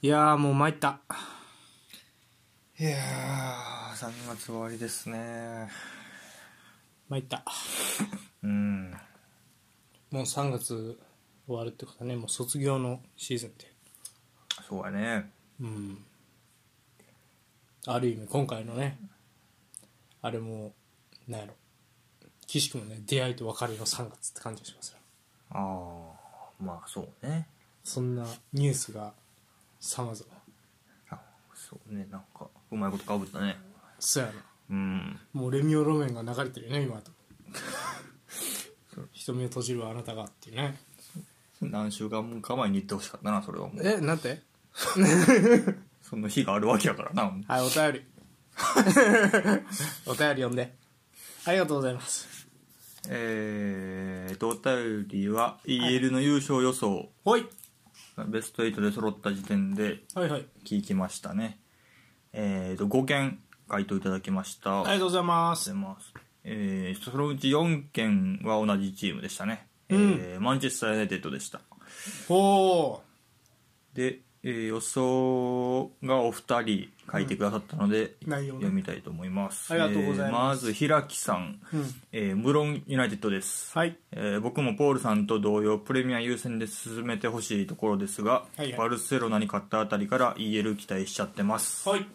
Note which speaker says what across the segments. Speaker 1: いやーもう参った
Speaker 2: いやー、3月終わりですね。
Speaker 1: 参った
Speaker 2: うん。
Speaker 1: もう3月終わるってことはねもう卒業のシーズンで
Speaker 2: そうやね。
Speaker 1: うんある意味今回のねあれもなんやろ岸君もね出会いと別れの3月って感じがしますよ
Speaker 2: あー、まあそうね。
Speaker 1: そんなニュースがさまざま
Speaker 2: あそうね、なんか、うまいことかぶったね。
Speaker 1: そうやな
Speaker 2: うん。
Speaker 1: もうレミオロメンが流れてるよね今 と瞳を閉じるあなたがっていうね
Speaker 2: 何週間もか前に言ってほしかったな、それはもう。
Speaker 1: えなんて
Speaker 2: その日があるわけやからな。
Speaker 1: はい、お便り。 お便り読んで。ありがとうございます。
Speaker 2: えーと、お便りは EL の優勝予想、
Speaker 1: ほい。
Speaker 2: ベスト8で揃った時点で
Speaker 1: はいはい。
Speaker 2: 聞きましたね。えーと、5件回答いただきました。
Speaker 1: ありがとうございます
Speaker 2: 出。ます。えー、そのうち4件は同じチームでしたね。えーマンチェスター・ユナイテッドでした。
Speaker 1: ほ
Speaker 2: で、えー予想がお二人書いてくださったので、
Speaker 1: 内容ね
Speaker 2: 読みたいと思います。
Speaker 1: ありがとうございます
Speaker 2: えーまず、平木さん、
Speaker 1: う。うん。
Speaker 2: えー無論ユナイテッドです。
Speaker 1: はい。
Speaker 2: えー僕もポールさんと同様プレミア優先で進めてほしいところですが、
Speaker 1: はいはい
Speaker 2: バルセロナに勝ったあたりから EL 期待しちゃってます、
Speaker 1: はい。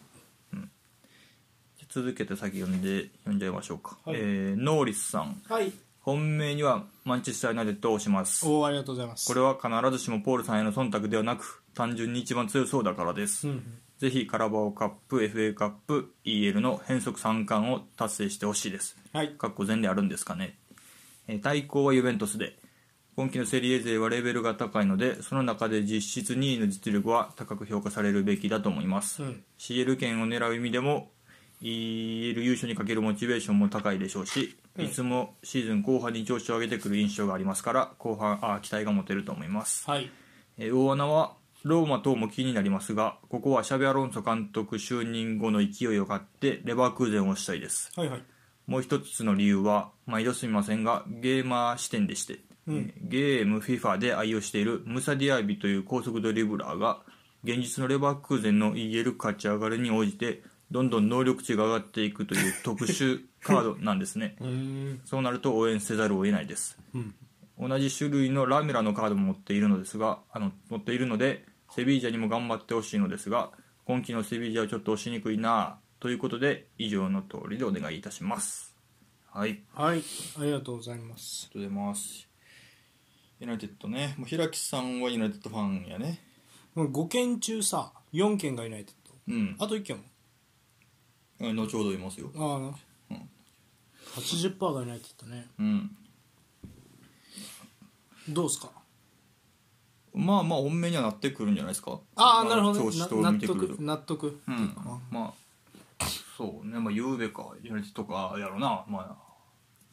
Speaker 2: 続けて先読んで読んじゃいましょうか、
Speaker 1: はい
Speaker 2: えーノーリスさん
Speaker 1: はい。
Speaker 2: 本命にはマンチェスター・ユナイテッドを押します
Speaker 1: おー、ありがとうございます。
Speaker 2: これは必ずしもポールさんへの忖度ではなく単純に一番強そうだからです、
Speaker 1: うん。
Speaker 2: ぜひカラバオカップ FA カップ EL の変則3冠を達成してほしいです
Speaker 1: はい。
Speaker 2: かっこ前例あるんですかね、えー対抗はユベントスで今季のセリエ勢はレベルが高いのでその中で実質2位の実力は高く評価されるべきだと思います、
Speaker 1: うん
Speaker 2: CL 権を狙う意味でも EL 優勝にかけるモチベーションも高いでしょうし、いつもシーズン後半に調子を上げてくる印象がありますから後半あー期待が持てると思います、
Speaker 1: はい。
Speaker 2: えー大穴はローマ等も気になりますがここはシャビアロンソ監督就任後の勢いを買ってレバークーゼンをしたいです
Speaker 1: はいはい。
Speaker 2: もう一つの理由は毎度すみませんがゲーマー視点でして、えーゲーム FIFA で愛用しているムサディアイビという高速ドリブラーが現実のレバークーゼンの EL 勝ち上がりに応じてどんどん能力値が上がっていくという特殊カードなんです ね
Speaker 1: うーん。
Speaker 2: そうなると応援せざるを得ないです
Speaker 1: うん。
Speaker 2: 同じ種類のラミラのカードも持っているのですがあの持っているのでセビージャにも頑張ってほしいのですが今季のセビージャはちょっと押しにくいなぁということで以上の通りでお願いいたしますはいありが
Speaker 1: はい。ありがとうございます。
Speaker 2: とうございますユナイテッドねもう平木さんはユナイテッドファンやね
Speaker 1: もう5件中さ、4件がいないと。
Speaker 2: うん
Speaker 1: あと1件も。
Speaker 2: 後ほどいますよ
Speaker 1: ああな。
Speaker 2: うん
Speaker 1: 80%がいないって言ったね。
Speaker 2: うん
Speaker 1: どうすか
Speaker 2: まあまあ本命にはなってくるんじゃないですか
Speaker 1: ああ、なるほどね。
Speaker 2: 調子
Speaker 1: な
Speaker 2: と見
Speaker 1: 納
Speaker 2: てくると
Speaker 1: 得、納得。
Speaker 2: うん、まあそうねまあゆうべかやりとかやろなまあ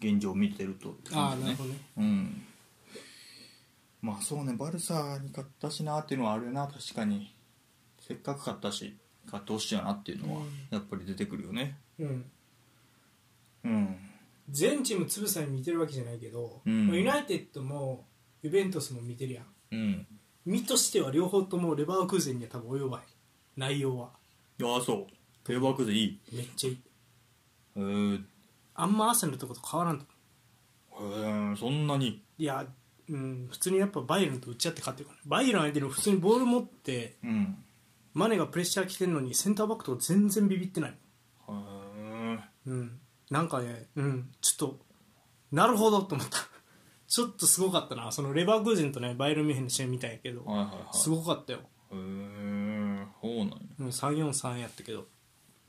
Speaker 2: 現状見てるとって
Speaker 1: あ
Speaker 2: 感
Speaker 1: あ、
Speaker 2: じ
Speaker 1: なるほどね。
Speaker 2: うんまあそうねバルサに勝ったしなっていうのはあるよな確かにせっかく勝ったし勝ってほしいよなっていうのはやっぱり出てくるよね
Speaker 1: うん。
Speaker 2: うん
Speaker 1: 全チームつぶさに見てるわけじゃないけど、
Speaker 2: うん
Speaker 1: まあユナイテッドもユベントスも見てるやん
Speaker 2: うん
Speaker 1: 身としては両方ともレバークーゼンには多分及ばへん内容はい
Speaker 2: やそうテーバークでいい
Speaker 1: めっちゃいい
Speaker 2: へえー、
Speaker 1: あんまアーセナルとこと変わらんと思
Speaker 2: そんなに
Speaker 1: ういやうん普通にやっぱバイエルンと打ち合って勝ってるからねバイエルン相手に普通にボール持って
Speaker 2: うん
Speaker 1: マネがプレッシャー来てるのにセンターバックとか全然ビビってない
Speaker 2: へえ
Speaker 1: うんなんかねうんちょっとなるほどと思った ちょっとすごかったなそのレバークーゼンとねバイエルンミュンヘンの試合見たんやけど、
Speaker 2: はいはいはい
Speaker 1: すごかったよ
Speaker 2: へえそうなんや
Speaker 1: うん、343やったけど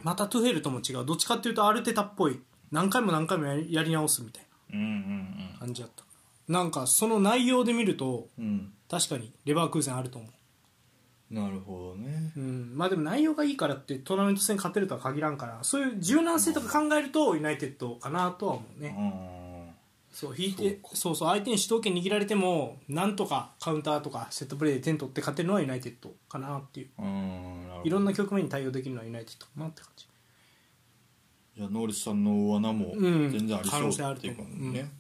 Speaker 1: またトゥヘルとも違うどっちかっていうとアルテタっぽい何回も何回もやりやり直すみたい
Speaker 2: うんうん
Speaker 1: な感じだったなんかその内容で見ると
Speaker 2: うんうん
Speaker 1: 確かにレバークーゼンあると思
Speaker 2: なるほどね
Speaker 1: う、うん、まあでも内容がいいからってトーナメント戦勝てるとは限らんからそういう柔軟性とか考えるとユナイテッドかなとは思う
Speaker 2: う
Speaker 1: ね
Speaker 2: ん
Speaker 1: そう引いてそうそう相手に主導権握られてもなんとかカウンターとかセットプレーで点取って勝てるのはユナイテッドかなっていう
Speaker 2: うんなるほど
Speaker 1: いろんな局面に対応できるのはユナイテッドかなって感じ
Speaker 2: じゃあノーリスさんの大穴も
Speaker 1: うん
Speaker 2: 全然あり
Speaker 1: 可能性
Speaker 2: そ
Speaker 1: あ
Speaker 2: う
Speaker 1: る
Speaker 2: って
Speaker 1: と
Speaker 2: いう
Speaker 1: 思
Speaker 2: か
Speaker 1: う
Speaker 2: ね、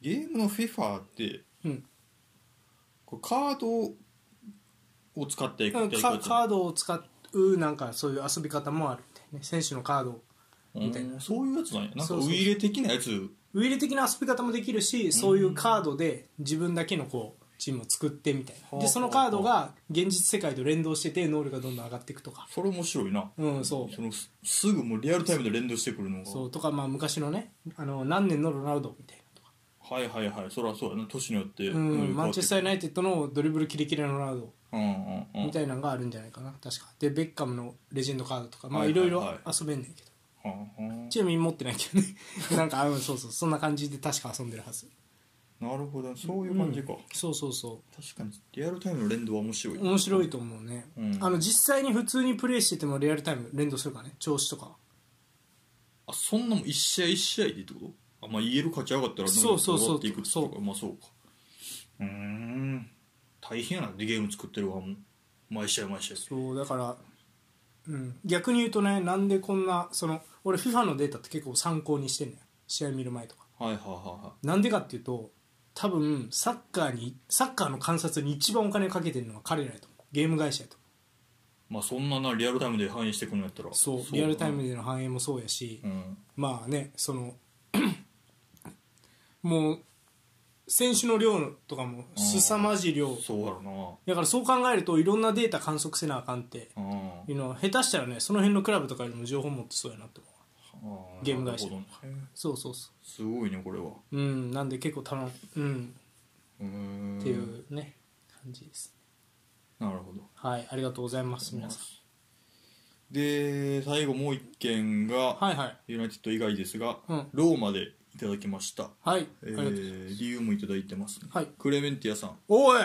Speaker 2: ゲームの FIFA って
Speaker 1: うん
Speaker 2: こうカードを使っていく
Speaker 1: うん
Speaker 2: っていう
Speaker 1: カ
Speaker 2: こと
Speaker 1: カードを使うなんかそういう遊び方もあるみたいね選手のカードをみたいな
Speaker 2: うんそういうやつなんやなんか
Speaker 1: そう
Speaker 2: ウ
Speaker 1: そう
Speaker 2: イイレ的なやつ
Speaker 1: ウィル的な遊び方もできるしそういうカードで自分だけのこうチームを作ってみたいな
Speaker 2: ほうほうほ
Speaker 1: で
Speaker 2: う
Speaker 1: そのカードが現実世界と連動してて能力がどんどん上がっていくとか
Speaker 2: それ面白いな
Speaker 1: うんそう
Speaker 2: そのすすぐもうリアルタイムで連動してくるのが
Speaker 1: そうとかまあ昔のねあの何年のロナウドみたいなとか、
Speaker 2: はいはいはいそりゃそうやな年によって
Speaker 1: うんマンチェスター・ユナ
Speaker 2: い
Speaker 1: イテッドのドリブルキレキレのロナウド
Speaker 2: うんうんうん
Speaker 1: みたいなのがあるんじゃないかな確かでベッカムのレジェンドカードとかまあ
Speaker 2: はい
Speaker 1: い
Speaker 2: はいは
Speaker 1: ろ
Speaker 2: い
Speaker 1: いろ遊べんねんけど、
Speaker 2: はあは
Speaker 1: ちなみに持ってないけどね なんかあうんそうそうそんな感じで確か遊んでるはず
Speaker 2: あなるほどそういう感じか、
Speaker 1: そうそうそ
Speaker 2: 確かにリアルタイムの連動は面白いう
Speaker 1: 面白いと思うね、
Speaker 2: うん
Speaker 1: あの実際に普通にプレイしててもリアルタイム連動するからね調子とか
Speaker 2: あそんなもん一試合一試合でってことあまあ EL 勝ち上がったら
Speaker 1: そうそうそう
Speaker 2: どんどん上がっていくってことかまあそうかうーん大変やなでゲーム作ってるわもう毎試合毎試合
Speaker 1: そうだから、うん、逆に言うとねなんでこんなその俺 FIFA のデータって結構参考にしてんねん試合見る前とか
Speaker 2: はいはいはいはい
Speaker 1: なんでかっていうと多分サッカーにサッカーの観察に一番お金かけてるのは彼らやと思うゲーム会社やと思
Speaker 2: まあそんななリアルタイムで反映してくるんやったら
Speaker 1: うそうリアルタイム
Speaker 2: で
Speaker 1: での反映もそうやし、
Speaker 2: うん
Speaker 1: まあねその もう選手の量とかも凄まじい量
Speaker 2: そうやろな
Speaker 1: だからそう考えるといろんなデータ観測せなあかんって
Speaker 2: あ
Speaker 1: いうのは下手したらねその辺のクラブとかよりも情報持ってそうやなって思う
Speaker 2: あ
Speaker 1: ゲーム会社
Speaker 2: なるほどね
Speaker 1: そうそうそ
Speaker 2: すごいねこれは
Speaker 1: ううんなんで結構楽うん
Speaker 2: うーん
Speaker 1: っていうね感じです
Speaker 2: なるほど
Speaker 1: はいありがとうございます皆さん
Speaker 2: で最後もう一件が、
Speaker 1: はいはい
Speaker 2: ユナイテッド以外ですが、
Speaker 1: うん
Speaker 2: ローマでいただきました
Speaker 1: はいあ
Speaker 2: え
Speaker 1: りがとう
Speaker 2: ー、理由もいただいてますね、
Speaker 1: はい
Speaker 2: クレメンティアさん、
Speaker 1: おい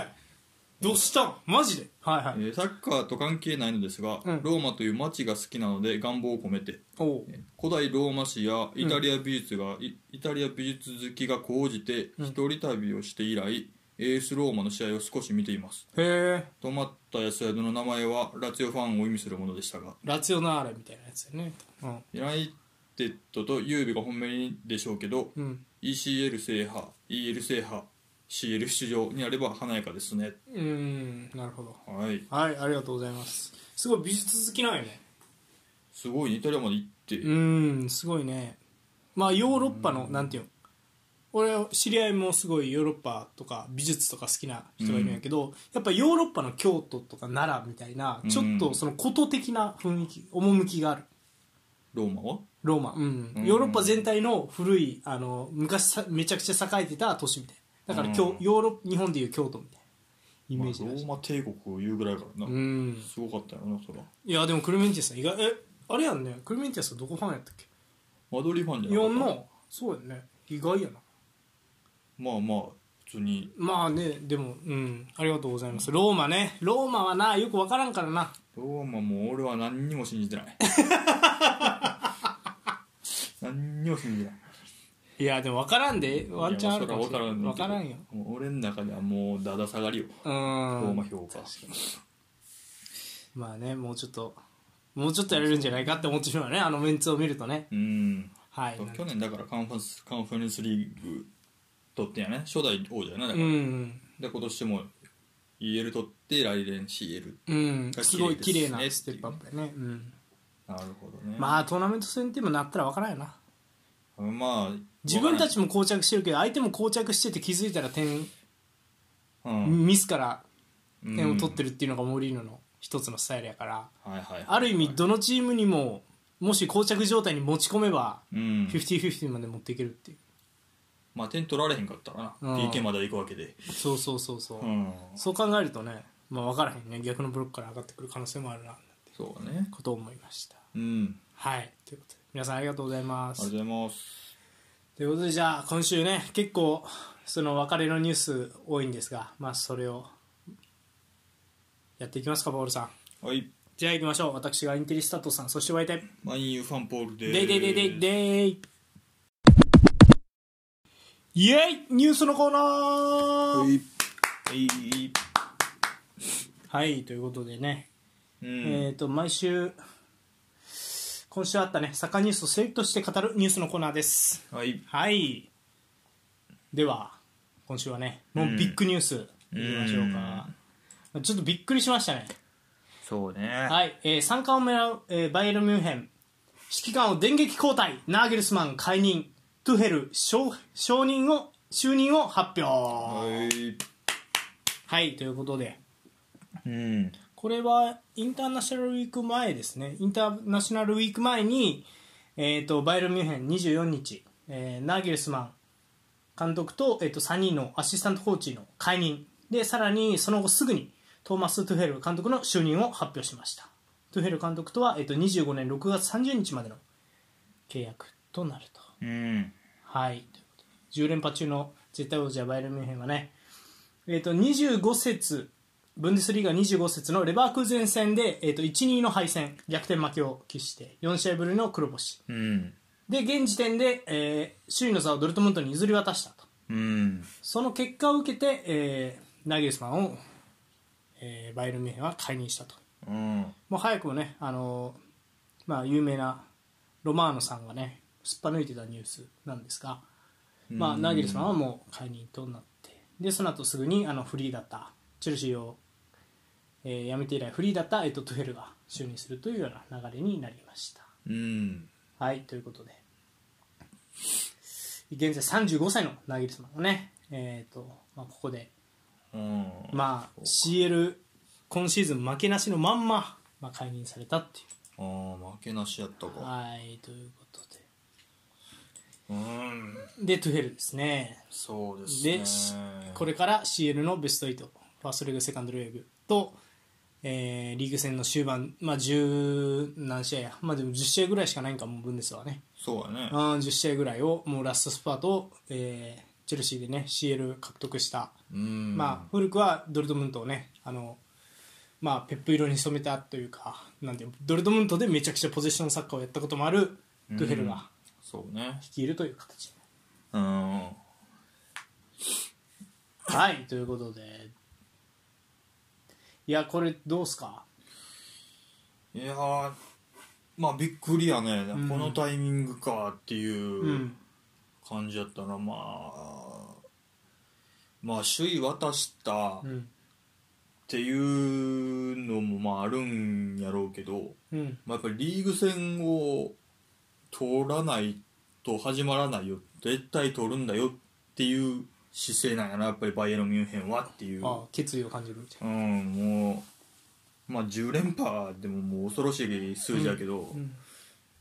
Speaker 1: どうしたんマジではいは
Speaker 2: え
Speaker 1: い
Speaker 2: ーサッカーと関係ないのですが、
Speaker 1: うん
Speaker 2: ローマという街が好きなので願望を込めて
Speaker 1: おお
Speaker 2: えー古代ローマ史やイタリア美術が、いイタリア美術好きが高じて
Speaker 1: うん
Speaker 2: 一人旅をして以来、エースローマの試合を少し見ています
Speaker 1: へえ
Speaker 2: 泊まった安宿の名前はラツィオファンを意味するものでしたが
Speaker 1: ラツィオナーレみたいなやつだよねうん
Speaker 2: ユナイテッドとユーベが本命でしょうけど、
Speaker 1: うん
Speaker 2: ECL 制覇 EL 制覇 CL 出場にあれば華やかですね
Speaker 1: うーんなるほど
Speaker 2: はい
Speaker 1: はいありがとうございますすごい美術好きなんよね
Speaker 2: すごいねイタリアまで行って、
Speaker 1: うーんすごいねまあヨーロッパのなんていうの俺知り合いもすごいヨーロッパとか美術とか好きな人がいるんやけど、やっぱヨーロッパの京都とか奈良みたいな
Speaker 2: うん
Speaker 1: ちょっとその古都的な雰囲気趣がある
Speaker 2: ローマは
Speaker 1: ローマうん、
Speaker 2: うん
Speaker 1: ヨーロッパ全体の古いあの昔さめちゃくちゃ栄えてた都市みたいなだから京、
Speaker 2: うん
Speaker 1: ヨーロッ日本でいう京都みたいなイメージ
Speaker 2: ま
Speaker 1: だ
Speaker 2: あ、ロー
Speaker 1: し、
Speaker 2: マ帝国を言うぐらいからな、
Speaker 1: うん
Speaker 2: すごかったよなそら
Speaker 1: いやでもクルメンティアさん意外えあれやんねクルメンティアさんどこファンやったっけ
Speaker 2: マドリーファンじゃ
Speaker 1: 日
Speaker 2: なかっ
Speaker 1: 本
Speaker 2: た
Speaker 1: のそうやね意外やな
Speaker 2: まあまあ普通に
Speaker 1: まあねでもうんありがとうございますローマねローマはなよく分からんからな
Speaker 2: ローマも俺は何にも信じてない 何にも信じてない
Speaker 1: いやでも分からんでワンチャンあるかもしれ
Speaker 2: い
Speaker 1: な
Speaker 2: や
Speaker 1: い分
Speaker 2: まあそ
Speaker 1: か
Speaker 2: れは分か
Speaker 1: らら
Speaker 2: ん
Speaker 1: ん
Speaker 2: ね
Speaker 1: よ
Speaker 2: けどもう俺の中ではもうだだ下がりよ
Speaker 1: う
Speaker 2: ロー
Speaker 1: ん
Speaker 2: マ評価
Speaker 1: まあねもうちょっともうちょっとやれるんじゃないかって思ってしまうねあのメンツを見るとね
Speaker 2: うん
Speaker 1: はいなん
Speaker 2: 去
Speaker 1: か
Speaker 2: 年だからカンファレンスカンファレンスリーグ取ってんやね初代王者やなだか
Speaker 1: う
Speaker 2: ら、
Speaker 1: ん
Speaker 2: で今年も EL 取って来年 CL
Speaker 1: うん
Speaker 2: が
Speaker 1: すごい綺麗な
Speaker 2: 綺麗です
Speaker 1: ステップアップやねうん
Speaker 2: なるほどね
Speaker 1: まあトーナメント戦ってもなったら分からんよな
Speaker 2: まあ
Speaker 1: 自分たちも膠着してるけど相手も膠着してて気づいたら点
Speaker 2: うん
Speaker 1: ミスから点を取って
Speaker 2: る、
Speaker 1: るっていうのがモーリーノの一つのスタイルやから
Speaker 2: はいはいはい
Speaker 1: ある意味どのチームにももし膠着状態に持ち込めば
Speaker 2: うん
Speaker 1: 50-50まで持っていけるっていう
Speaker 2: まあ点取られへんかったらな、
Speaker 1: うん
Speaker 2: PK まで行くわけで
Speaker 1: そうそうそうそう、
Speaker 2: うん
Speaker 1: そう考えるとね、まあ、分からへんね逆のブロックから上がってくる可能性もあるなって
Speaker 2: そうだね
Speaker 1: ことを思いました
Speaker 2: うん
Speaker 1: はいということで皆さんありがとうございま
Speaker 2: ありが
Speaker 1: す
Speaker 2: とうございます
Speaker 1: ということでじゃあ今週ね結構その別れのニュース多いんですがまあそれをやっていきますかボールさん
Speaker 2: はい
Speaker 1: じゃあ行きましょう私がインテリスタッドさんそしてお相手
Speaker 2: マインユーファンポールで
Speaker 1: でいでいでいでいでいイエイニュースのコーナ
Speaker 2: は
Speaker 1: ー
Speaker 2: いはい
Speaker 1: はいということでね、
Speaker 2: うん、
Speaker 1: えっ、と毎週今週あったねサッカーニュースをセレクトして語るニュースのコーナーです
Speaker 2: はい
Speaker 1: はいでは今週はねもうビッグニュースいきましょうか、ちょっとびっくりしましたね
Speaker 2: そうね。
Speaker 1: はい、えー、3冠を狙う、えーバイエルンミュンヘン指揮官を電撃交代ナーゲルスマン解任トゥヘル承承認を就任を発表
Speaker 2: はい。
Speaker 1: はいということで
Speaker 2: うん。
Speaker 1: これはインターナショナルウィーク前ですねインターナショナルウィーク前に、えー、とバイエルンミュンヘン24日、えーナーゲルスマン監督と,、えー、と3人のアシスタントコーチの解任でさらにその後すぐにトーマス・トゥヘル監督の就任を発表しましたトゥヘル監督とは、えー、と25年6月30日までの契約となると
Speaker 2: うん。
Speaker 1: はい、ということで10連覇中の絶対王者バイエルンミュンヘンはね、えー、と25節ブンデスリーガ25節のレバークーゼン戦で、えー、と1-2の敗戦逆転負けを喫して4試合ぶりの黒星
Speaker 2: うん。
Speaker 1: で現時点で、えー首位の座をドルトムントに譲り渡したと
Speaker 2: うん。
Speaker 1: その結果を受けて、えーナゲルスマンを、えーバイエルンミュンヘンは解任したと
Speaker 2: うん。
Speaker 1: もう早くもね、あのーまあ、有名なロマーノさんがねすっぱ抜いてたニュースなんですが、まあ、ナーゲルスマンはもう解任となってでその後すぐにあのフリーだったチェルシーを、えー辞めて以来フリーだった、えっとトゥヘルが就任するというような流れになりました。
Speaker 2: うん。
Speaker 1: はいということで現在35歳のナーゲルスマンがね、えーとまあ、ここで、
Speaker 2: うん。
Speaker 1: まあ、CL 今シーズン負けなしのまんま、まあ、解任されたっていう。
Speaker 2: ああ、負けなしやったか。
Speaker 1: はい、ということ
Speaker 2: うん。
Speaker 1: で。で、トゥヘルですね。
Speaker 2: そうですね。
Speaker 1: で、しこれから CL のベスト8、ファーストレグ、セカンドレグと、えーリーグ戦の終盤、まあ、10何試合や、まあ、でも10試合ぐらいしかないんか、もう分ですわね。
Speaker 2: そうだね。
Speaker 1: うん、10試合ぐらいを、もうラストスパートを、えーチェルシーでね、CL 獲得した、
Speaker 2: うん。
Speaker 1: まあ、古くはドルトムントをね、あの、まあ、ペップ色に染めたというか、なんていうのドルトムントでめちゃくちゃポゼッションサッカーをやったこともあるトゥヘルが
Speaker 2: そうね。
Speaker 1: 率いるという形に
Speaker 2: うん。
Speaker 1: はいということでいやこれどうすか
Speaker 2: いやー、まあびっくりやね。このタイミングかって
Speaker 1: う
Speaker 2: いう感じやったな。まあ、まあ首位渡したっ
Speaker 1: うん
Speaker 2: ていうのもまああるんやろうけど、
Speaker 1: うん
Speaker 2: まあ、やっぱりリーグ戦を取らないと始まらないよ絶対取るんだよっていう姿勢なんやなやっぱりバイエルンミュンヘンはっていう
Speaker 1: あ決意を感じるみたい
Speaker 2: うんもう、まあ、10連覇でももう恐ろしい数字やけ
Speaker 1: な、
Speaker 2: ど、
Speaker 1: うん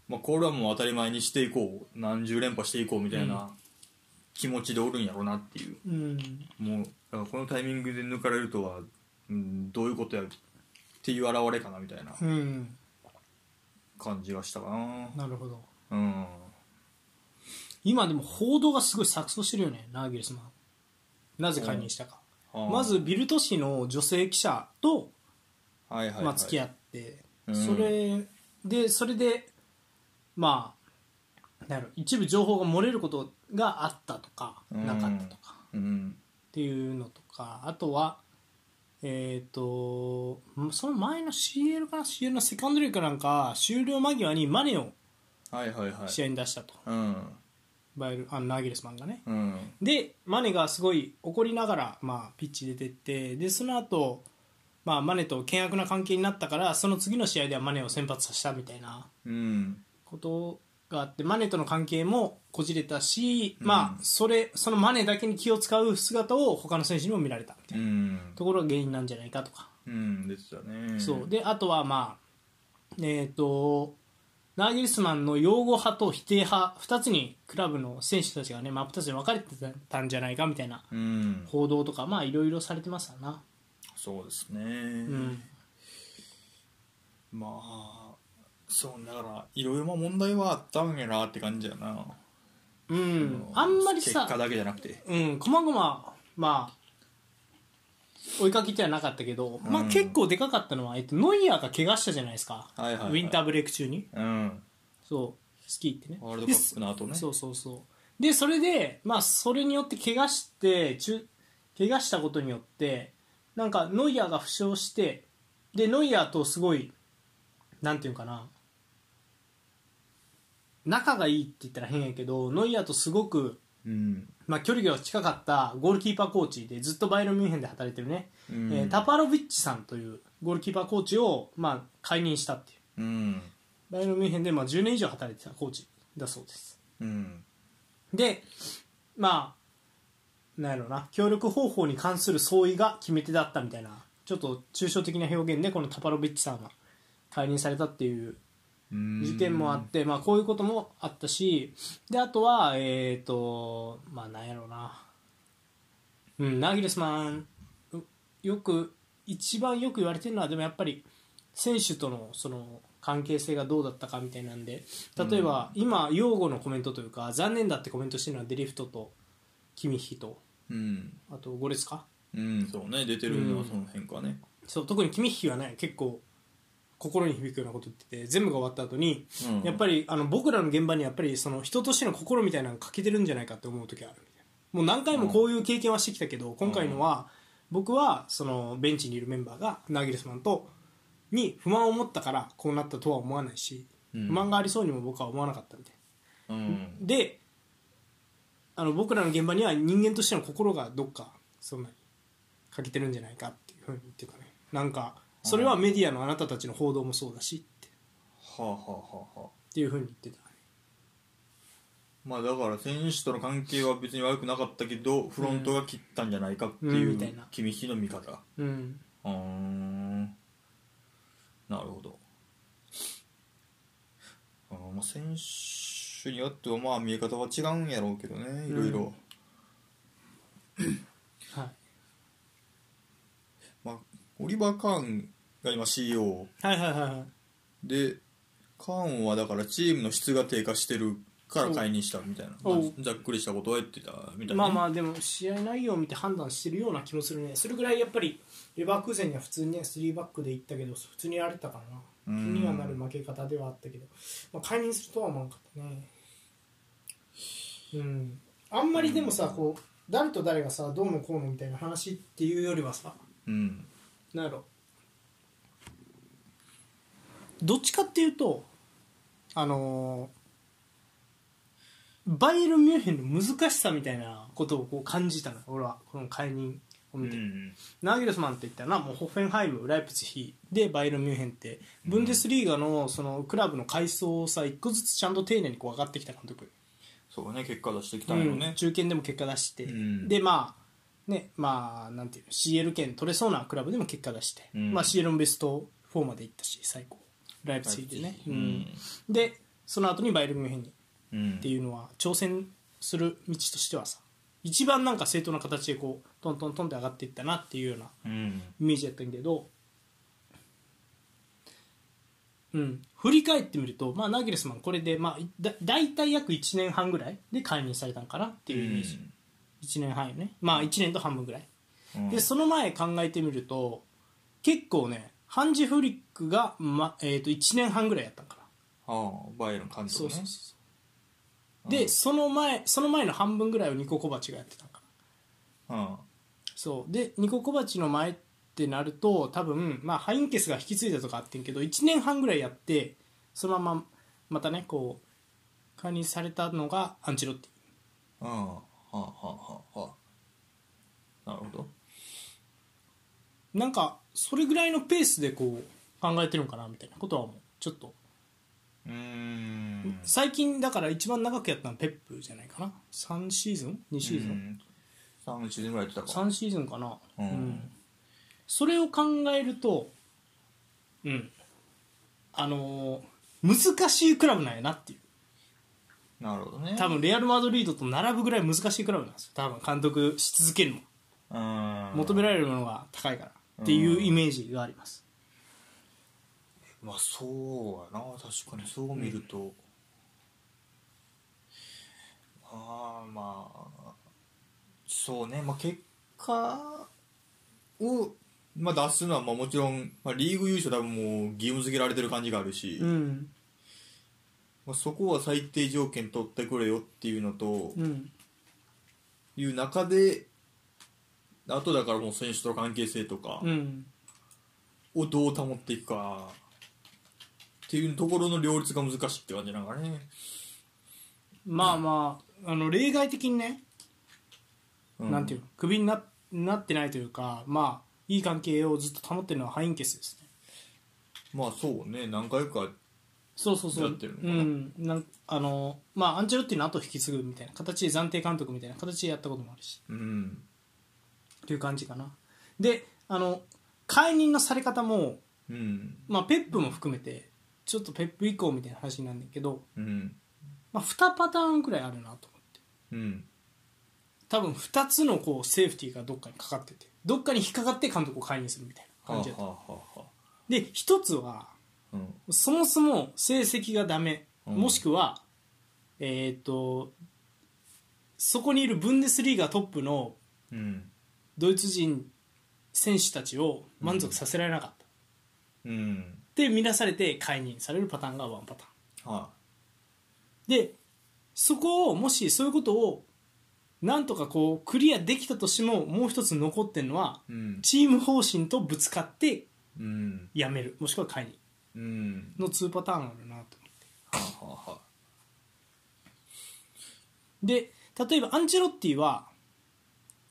Speaker 2: まあ、これはもう当たり前にしていこう何十連覇していこうみたいな気持ちでおるんやろうなっていう
Speaker 1: うん、
Speaker 2: もうだからこのタイミングで抜かれるとは、うん、どういうことやっていう表れかなみたいな
Speaker 1: うん、
Speaker 2: 感じがしたかな
Speaker 1: なるほど
Speaker 2: うん
Speaker 1: 今でも報道がすごい錯綜してるよねナーゲルスマンなぜ解任したか、
Speaker 2: あー
Speaker 1: まずビルト紙の女性記者と、
Speaker 2: はいはいはい、
Speaker 1: まあ、付き合
Speaker 2: っ
Speaker 1: って、
Speaker 2: うん
Speaker 1: それでそれでまあなんやろ一部情報が漏れることがあったとか、なかったとか
Speaker 2: うん
Speaker 1: っていうのとかあとはえっ、とその前の CL かな CL のセカンドリーグかなんか終了間際にマネを
Speaker 2: はいはいはい
Speaker 1: 試合に出したと、
Speaker 2: うん
Speaker 1: バイエルあのナーゲルスマンがね
Speaker 2: うん
Speaker 1: でマネがすごい怒りながら、まあ、ピッチ出てってでその後、まあマネと険悪な関係になったからその次の試合ではマネを先発させたみたいな
Speaker 2: うん
Speaker 1: ことがあってマネとの関係もこじれたし、ま
Speaker 2: う
Speaker 1: あ
Speaker 2: ん
Speaker 1: それそのマネだけに気を使う姿を他の選手にも見られたみたいな
Speaker 2: うん
Speaker 1: ところが原因なんじゃないかとか
Speaker 2: うん出てたね
Speaker 1: そうであとはまあえっ、とナーギルスマンの擁護派と否定派2つにクラブの選手たちがね真っ二つに分かれてたんじゃないかみたいな
Speaker 2: うん
Speaker 1: 報道とかまあいろいろされてますわな
Speaker 2: そうですね、
Speaker 1: うん
Speaker 2: まあそうだからいろいろな問題はあったんやなって感じやな
Speaker 1: うんあんまり
Speaker 2: 結果
Speaker 1: さ
Speaker 2: だけじゃなくて
Speaker 1: うんこまごままあ追いかけてはなかったけど、まあ
Speaker 2: うん
Speaker 1: 結構でかかったのは、えっと、ノイアーが怪我したじゃないですか、
Speaker 2: はいはいはい
Speaker 1: ウィンターブレイク中に
Speaker 2: うん
Speaker 1: そうスキーってね
Speaker 2: ワールドカップの後ね
Speaker 1: そうそうそうでそれでまあそれによって怪我して中怪我したことによってなんかノイアーが負傷してでノイアーとすごいなんていうのかな仲がいいって言ったら変やけどノイアーとすごく
Speaker 2: うん
Speaker 1: まあ、距離が近かったゴールキーパーコーチでずっとバイエルンミュンヘンで働いてるね、
Speaker 2: うん
Speaker 1: えータパロビッチさんというゴールキーパーコーチを、まあ、解任したっていう
Speaker 2: うん
Speaker 1: バイエルンミュンヘンで、まあ、10年以上働いてたコーチだそうです
Speaker 2: うん
Speaker 1: でまあなんやろな協力方法に関する相違が決め手だったみたいなちょっと抽象的な表現でこのタパロビッチさんが解任されたっていう
Speaker 2: うん
Speaker 1: 事件もあって、まあ、こういうこともあったしであとはえっ、とまあなんやろうなうんナギレスマンうよく一番よく言われてるのはでもやっぱり選手とのその関係性がどうだったかみたいなんで例えば、今擁護のコメントというか残念だってコメントしてるのはデリフトとキミヒと
Speaker 2: うん
Speaker 1: あとゴレツか
Speaker 2: うんそうね出てるの
Speaker 1: う
Speaker 2: は
Speaker 1: ん
Speaker 2: その辺かね
Speaker 1: そう特にキミヒはね結構心に響くようなこと言ってて全部が終わった後に
Speaker 2: うん
Speaker 1: やっぱりあの僕らの現場にやっぱりその人としての心みたいなのが欠けてるんじゃないかって思う時はあるみたいなもう何回もこういう経験はしてきたけど、今回のは僕はそのベンチにいるメンバーがナギレスマンとに不満を持ったからこうなったとは思わないし、
Speaker 2: うん
Speaker 1: 不満がありそうにも僕は思わなかったみたいな
Speaker 2: うん
Speaker 1: であの僕らの現場には人間としての心がどっかそんなに欠けてるんじゃないかっていうふうに言ってたねなんかそれはメディアのあなたたちの報道もそうだしって
Speaker 2: はあはあはあはあ
Speaker 1: っていうふうに言ってたね
Speaker 2: まあだから選手との関係は別に悪くなかったけどフロントが切ったんじゃないかって
Speaker 1: うん
Speaker 2: い
Speaker 1: みたいうな
Speaker 2: 君引きの見方
Speaker 1: うん
Speaker 2: うーんなるほどあーまあ選手によってはまあ見え方は違うんやろうけどねいろいろ、
Speaker 1: うんはい
Speaker 2: まあオリバー・カーンが今 CEO
Speaker 1: はいはいはいはい
Speaker 2: でカーンはだからチームの質が低下してるから解任したみたいな、
Speaker 1: お
Speaker 2: まあざっくりしたことは言ってたみたいな
Speaker 1: まあま
Speaker 2: あ
Speaker 1: あでも試合内容を見て判断してるような気もするねそれぐらいやっぱりレバークーゼンには普通にね3バックでいったけど普通にやられたからな気
Speaker 2: うん
Speaker 1: にはなる負け方ではあったけど、まあ、解任するとは思わんかったねうんあんまりでもさこう誰と誰がさどうのこうのみたいな話っていうよりはさ
Speaker 2: うん
Speaker 1: なんやろどっちかっていうとあのーバイエルンミュンヘンの難しさみたいなことをこう感じたのよ俺はこの解任を
Speaker 2: う
Speaker 1: 見て、
Speaker 2: ん
Speaker 1: ナーゲルスマンって言ったらもうホッフェンハイムライプツィヒでバイエルンミュンヘンってブンデスリーガのそのクラブの階層をさ一個ずつちゃんと丁寧にこう上がってきた監督、
Speaker 2: そうね結果出してきたんよ
Speaker 1: う
Speaker 2: ね
Speaker 1: ん、中堅でも結果出して、
Speaker 2: うん
Speaker 1: でまあねまあなんていうの CL 権取れそうなクラブでも結果出して、
Speaker 2: うん
Speaker 1: まあ、CL のベスト4まで行ったし最高ライプツィヒでね、うんでその後にバイエルンミュンヘンに
Speaker 2: うん
Speaker 1: っていうのは挑戦する道としてはさ一番なんか正当な形でこうトントントンって上がっていったなっていうような
Speaker 2: うん
Speaker 1: イメージやったんやけど、うん、振り返ってみると、まあ、ナギレスマンこれで、まあ、だ大体約1年半ぐらいで解任されたんかなっていうイメージ、1年半よねまあ1年と半分ぐらい、
Speaker 2: うん
Speaker 1: でその前考えてみると結構ねハンジ・フリックが、まえー、と1年半ぐらいやったんかな
Speaker 2: ああバイエルン監督ね
Speaker 1: そうそうそうそうでその前その前の半分ぐらいをニコ・コバチがやってたんかな
Speaker 2: うん
Speaker 1: そうでニコ・コバチの前ってなると多分、まあ、ハインケスが引き継いだとかあってんけど1年半ぐらいやってそのまままたねこう解任されたのがアンチロッティ
Speaker 2: うんはあはあはあなるほど
Speaker 1: なんかそれぐらいのペースでこう考えてるんかなみたいなことは思うちょっと
Speaker 2: うーん
Speaker 1: 最近だから一番長くやったのはペップじゃないかな3シーズン2シーズン、
Speaker 2: 3シーズンぐらいやってたか
Speaker 1: 3シーズンかな、
Speaker 2: うん
Speaker 1: それを考えるとうんあのー難しいクラブなんやなっていう
Speaker 2: なるほどね
Speaker 1: 多分レアル・マドリードと並ぶぐらい難しいクラブなんですよ多分監督し続けるのも
Speaker 2: うん
Speaker 1: 求められるものが高いからっていうイメージがあります、
Speaker 2: まあそうやな確かにそう見ると、ああまあそうねまあ結果を、まあ、出すのはまあもちろん、まあ、リーグ優勝多分もう義務付けられてる感じがあるし、
Speaker 1: うん
Speaker 2: まあ、そこは最低条件取ってくれよっていうのと、
Speaker 1: うん
Speaker 2: いう中であとだからもう選手との関係性とか
Speaker 1: うん
Speaker 2: をどう保っていくかっていうところの両立が難しいって感じなんかね
Speaker 1: まあまああの例外的にね、
Speaker 2: う
Speaker 1: なんていうのクビにななってないというかまあいい関係をずっと保ってるのはハインケスですね
Speaker 2: まあそうね何回か
Speaker 1: そうそうそう
Speaker 2: やってるのか
Speaker 1: う
Speaker 2: なん
Speaker 1: なんあのまあアンチェロッティの後を引き継ぐみたいな形で暫定監督みたいな形でやったこともあるし
Speaker 2: うん
Speaker 1: という感じかなであの解任のされ方も、
Speaker 2: うん
Speaker 1: まあ、ペップも含めてちょっとペップ以降みたいな話になるんだけど、
Speaker 2: うん
Speaker 1: まあ、2パターンくらいあるなと思って
Speaker 2: うん
Speaker 1: 多分2つのこうセーフティーがどっかにかかっててどっかに引っかかって監督を解任するみたいな
Speaker 2: は
Speaker 1: 感
Speaker 2: あは
Speaker 1: じだった
Speaker 2: あはあは
Speaker 1: で1つは
Speaker 2: あうん
Speaker 1: そもそも成績がダメ、
Speaker 2: うん
Speaker 1: もしくはえっ、とそこにいるブンデスリーガトップの
Speaker 2: うん
Speaker 1: ドイツ人選手たちを満足させられなかった、
Speaker 2: うん
Speaker 1: で見なされて解任されるパターンがワンパターン
Speaker 2: は
Speaker 1: でそこをもしそういうことをなんとかこうクリアできたとしてももう一つ残ってるのはい
Speaker 2: うん
Speaker 1: チーム方針とぶつかって
Speaker 2: うん
Speaker 1: 辞めるもしくは解任
Speaker 2: うん
Speaker 1: の2パターンあるなと
Speaker 2: はあはあはあ
Speaker 1: で例えばアンチェロッティは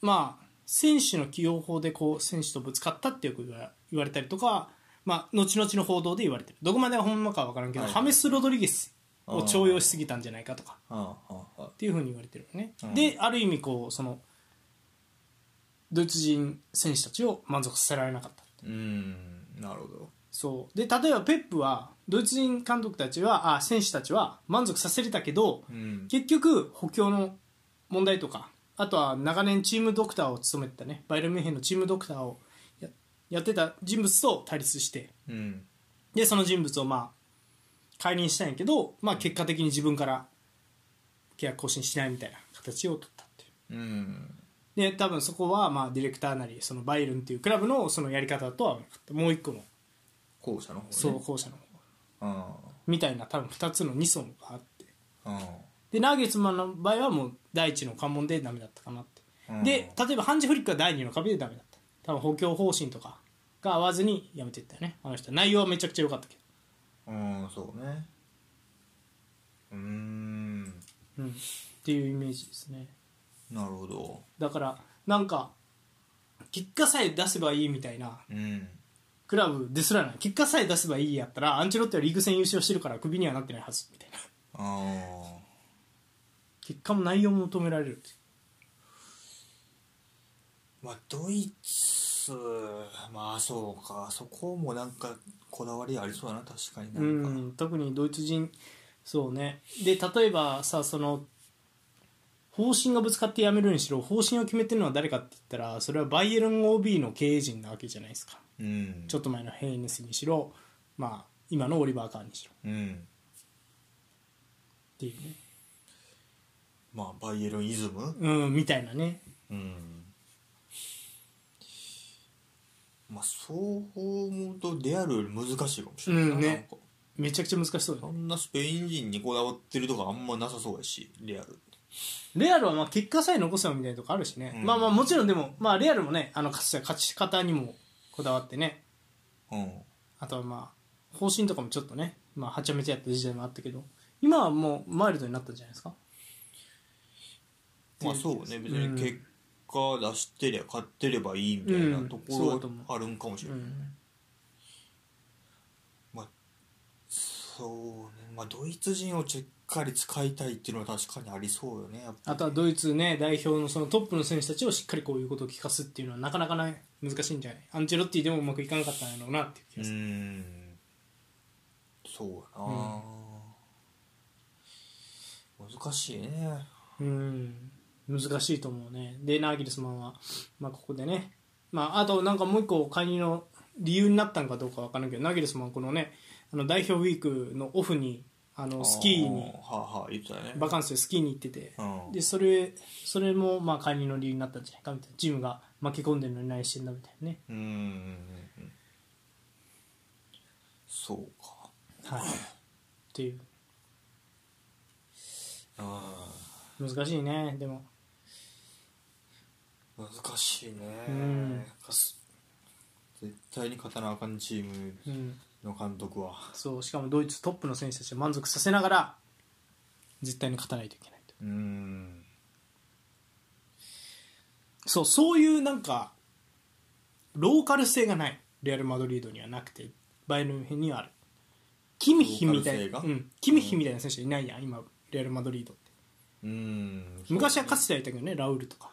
Speaker 1: まあ選手の起用法でこう選手とぶつかったってよく言わ言われたりとか、まあ、後々の報道で言われてるどこまでが本物かは分からんけど、
Speaker 2: はい
Speaker 1: ハメス・ロドリゲスを重用しすぎたんじゃないかとか
Speaker 2: はあはあはあ
Speaker 1: っていうふうに言われてるよね、
Speaker 2: うん
Speaker 1: である意味こうそのドイツ人選手たちを満足させられなかった
Speaker 2: うんなるほど
Speaker 1: そうで例えばペップはドイツ人監督たちはあ選手たちは満足させれたけど、
Speaker 2: うん
Speaker 1: 結局補強の問題とかあとは長年チームドクターを務めてたねバイエルンミュンヘンのチームドクターをややってた人物と対立して
Speaker 2: うん
Speaker 1: でその人物をまあ解任したんやけど、まあ、結果的に自分から契約更新しないみたいな形を取ったっていう
Speaker 2: うん
Speaker 1: で多分そこはまあディレクターなりそのバイエルンっていうクラブのそのやり方とは合わなかったもう一個の
Speaker 2: 後者の方ね
Speaker 1: 総校舎の方
Speaker 2: あ
Speaker 1: みたいな多分2つの2層があって
Speaker 2: ああ
Speaker 1: でナーゲッツマンの場合はもう第一の関門でダメだったかなって
Speaker 2: あうん
Speaker 1: で例えばハンジ・フリックは第二の壁でダメだった多分補強方針とかが合わずにやめていったよねあの人内容はめちゃくちゃ良かったけ
Speaker 2: うんそうねうーん
Speaker 1: ど、うん、っていうイメージですね
Speaker 2: なるほど
Speaker 1: だからなんか結果さえ出せばいいみたいな
Speaker 2: うん
Speaker 1: クラブですらない結果さえ出せばいいやったらアンチェロッテはリーグ戦優勝してるからクビにはなってないはずみたいな
Speaker 2: あ
Speaker 1: 結果も内容も求められるっていう
Speaker 2: ーまあドイツまあそうかそこもなんかこだわりありそうだな確かになんか
Speaker 1: うん、特にドイツ人そうねで例えばさその方針がぶつかってやめるにしろ方針を決めてるのは誰かって言ったらそれはバイエルン OB の経営陣なわけじゃないですか
Speaker 2: うん
Speaker 1: ちょっと前のヘイネスにしろまあ今のオリバー・カーにしろ
Speaker 2: うん
Speaker 1: っていうね
Speaker 2: まあバイエルンイズム
Speaker 1: うんみたいなね
Speaker 2: うんまあそう思うとレアルより難しいかもしれないな,、
Speaker 1: うんね
Speaker 2: なんか
Speaker 1: めちゃくちゃ難しそうだ
Speaker 2: そ
Speaker 1: ね
Speaker 2: んなスペイン人にこだわってるとかあんまなさそうやしレアル
Speaker 1: レアルはまあ結果さえ残せばみたいなとこあるしね、
Speaker 2: うん
Speaker 1: まあまあもちろんでも、まあ、レアルもねあの勝ち勝ち方にもこだわってね
Speaker 2: うん
Speaker 1: あとはまあ方針とかもちょっとね、まあ、はちゃめちゃやった時代もあったけど今はもうマイルドになったんじゃないですか
Speaker 2: まあそうね別
Speaker 1: うん
Speaker 2: に結果出してりゃ勝ってればいいみたいな
Speaker 1: うん
Speaker 2: とこ
Speaker 1: そう
Speaker 2: ろ
Speaker 1: だと思う
Speaker 2: はあるんかもしれない、
Speaker 1: うん
Speaker 2: まあそうねまあドイツ人をしっかり使いたいっていうのは確かにありそうよねやっぱ
Speaker 1: あとはドイツね代表のそのトップの選手たちをしっかりこういうことを聞かすっていうのはなかなかね難しいんじゃないアンチェロッティでもうまくいかなかったんやろうなっていう気
Speaker 2: う
Speaker 1: がする、
Speaker 2: ーんそうやな、難しいね
Speaker 1: うん、難しいと思うねでナーギルスマンは、まあ、ここでね、まあ、あとなんかもう一個介入の理由になったのかどうかわからんけどナーギルスマンはこのねあの代表ウィークのオフにあのスキーに
Speaker 2: あーはあはあ言ってたね
Speaker 1: バカンスでスキーに行ってて
Speaker 2: うん
Speaker 1: でそれそれもまあ解任の理由になったんじゃないかみたいなジムが巻き込んでるのに何してんだみたいなね、
Speaker 2: うーんそうか
Speaker 1: はい、っていう
Speaker 2: あ
Speaker 1: 難しいねでも
Speaker 2: 難しいね、
Speaker 1: うん
Speaker 2: かす絶対に勝たなあかんチーム
Speaker 1: うん
Speaker 2: の監督は
Speaker 1: そうしかもドイツトップの選手たちを満足させながら絶対に勝たないといけないと
Speaker 2: うん
Speaker 1: そうそういうなんかローカル性がないレアル・マドリードにはなくてバイエルンミュンヘンにはあるキミッヒみたい
Speaker 2: ローカ
Speaker 1: な、
Speaker 2: ル
Speaker 1: う
Speaker 2: 性が
Speaker 1: ん、キミッヒみたいな選手いないやん今レアル・マドリードって
Speaker 2: うん
Speaker 1: 昔はかつてはいたけどねラウルとか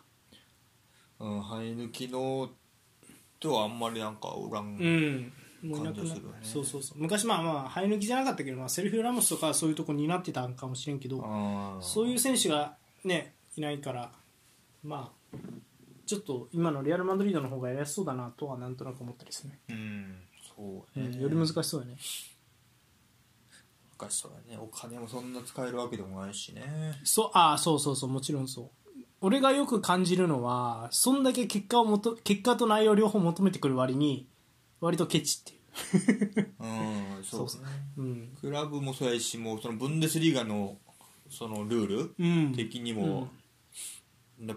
Speaker 2: うん生え抜きのとはあんまりなんかおら
Speaker 1: う
Speaker 2: ん、
Speaker 1: んもういなくな
Speaker 2: 感じ
Speaker 1: っ
Speaker 2: するよね
Speaker 1: そうそうそう昔まあまあ生え抜きじゃなかったけど、まあ、セルフィオ・ラモスとかはそういうとこになってたんかもしれんけど
Speaker 2: あー
Speaker 1: そういう選手がねいないからまあちょっと今のレアル・マドリードの方がやりやすそうだなとはなんとなく思ったりするね、
Speaker 2: うんそう
Speaker 1: う
Speaker 2: ね、
Speaker 1: ん、より難しそうだね
Speaker 2: 昔それねお金もそんな使えるわけでもないしね
Speaker 1: そうあーそうそうそうもちろんそう俺がよく感じるのはそんだけ結果をもと結果と内容両方求めてくる割に割とケチっていう
Speaker 2: うんそうね
Speaker 1: そううん、
Speaker 2: クラブもそうやしもうそのブンデスリーガのそのルー
Speaker 1: う
Speaker 2: ル
Speaker 1: ん
Speaker 2: 的にも、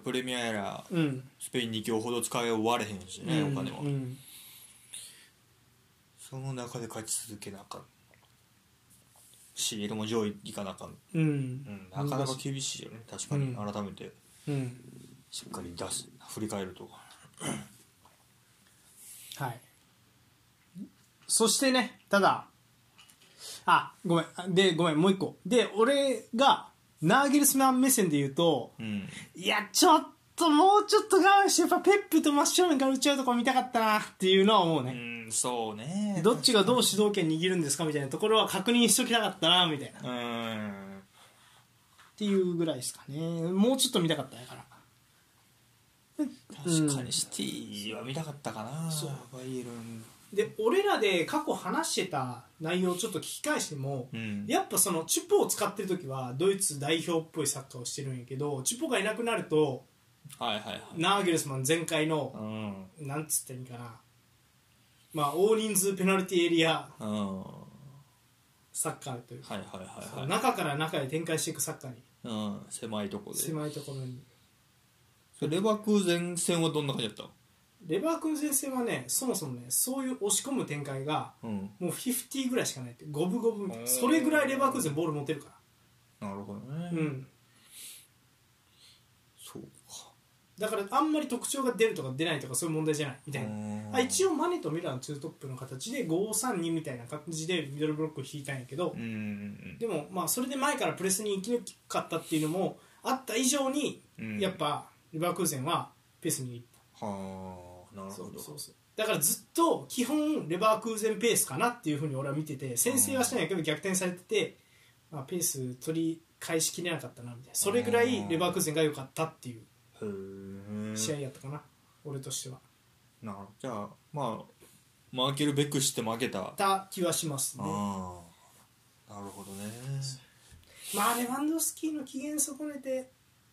Speaker 2: プレミアやら
Speaker 1: うん
Speaker 2: スペイン2強ほど使い終われへんしね、お金は、
Speaker 1: うん
Speaker 2: その中で勝ち続けなあかんシールも上位いかなあかん、
Speaker 1: うん
Speaker 2: うん、なかなか厳しいよね確かに、
Speaker 1: うん
Speaker 2: 改めて
Speaker 1: うん
Speaker 2: しっかり出す振り返ると
Speaker 1: はいそしてねただあごめんあでごめんもう一個で俺がナーゲルスマン目線で言うと
Speaker 2: うん
Speaker 1: いやちょっともうちょっと我慢してやっぱペップと真正面から打ち合うとこ見たかったなっていうのは思うね、
Speaker 2: うんそうね
Speaker 1: どっちがどう主導権握るんですかみたいなところは確認しときたかったなみたいなっ
Speaker 2: うん
Speaker 1: ていうぐらいですかねもうちょっと見たかったやから
Speaker 2: 確かにシティは見たかったかな、
Speaker 1: そう
Speaker 2: バイエルン
Speaker 1: で俺らで過去話してた内容をちょっと聞き返しても、
Speaker 2: うん
Speaker 1: やっぱそのチュポを使ってる時はドイツ代表っぽいサッカーをしてるんやけどチュポがいなくなると
Speaker 2: はいはいはい
Speaker 1: ナーゲルスマン前回の
Speaker 2: う、ん
Speaker 1: なんつってんかなまあ大人数ペナルティエリア
Speaker 2: うん
Speaker 1: サッカーというか、
Speaker 2: はいはいはいはい
Speaker 1: 中から中へ展開していくサッカーに
Speaker 2: うん狭いとこで
Speaker 1: 狭いところに
Speaker 2: それレバク前線はどんな感じだっ
Speaker 1: レバークン先生はねそもそもねそういう押し込む展開が
Speaker 2: たうん
Speaker 1: もう50ぐらいしかないって五分五分みたい
Speaker 2: お
Speaker 1: な
Speaker 2: ー
Speaker 1: それぐらいレバークン先ボール持てるか
Speaker 2: なるほどね
Speaker 1: ら、うん、
Speaker 2: そうか
Speaker 1: だからあんまり特徴が出るとか出ないとかそういう問題じゃないみたいなあ一
Speaker 2: 応
Speaker 1: 応マネとミラーのツートップの形で532みたいな感じでミドルブロックを引いたんやけど
Speaker 2: う、ん
Speaker 1: でもまあそれで前からプレスに行きにくかったっていうのもあった以上に、
Speaker 2: うん
Speaker 1: やっぱレバークン先はペースに行った
Speaker 2: はあなる
Speaker 1: そ
Speaker 2: ほ
Speaker 1: う
Speaker 2: ど
Speaker 1: そうそうだからずっと基本レバークーゼンペースかなっていうふうに俺は見てて先制はしたんやけど逆転されてて、まあ、ペース取り返しきれなかったなみたいなそれぐらいレバークーゼンが良かったっていう
Speaker 2: へえ
Speaker 1: 試合やったかな、俺としては
Speaker 2: なるほどじゃあまあ負けるべくして負けたあ
Speaker 1: た気はしますね
Speaker 2: あなるほどね
Speaker 1: まあレバンドフスキーの機嫌損ねて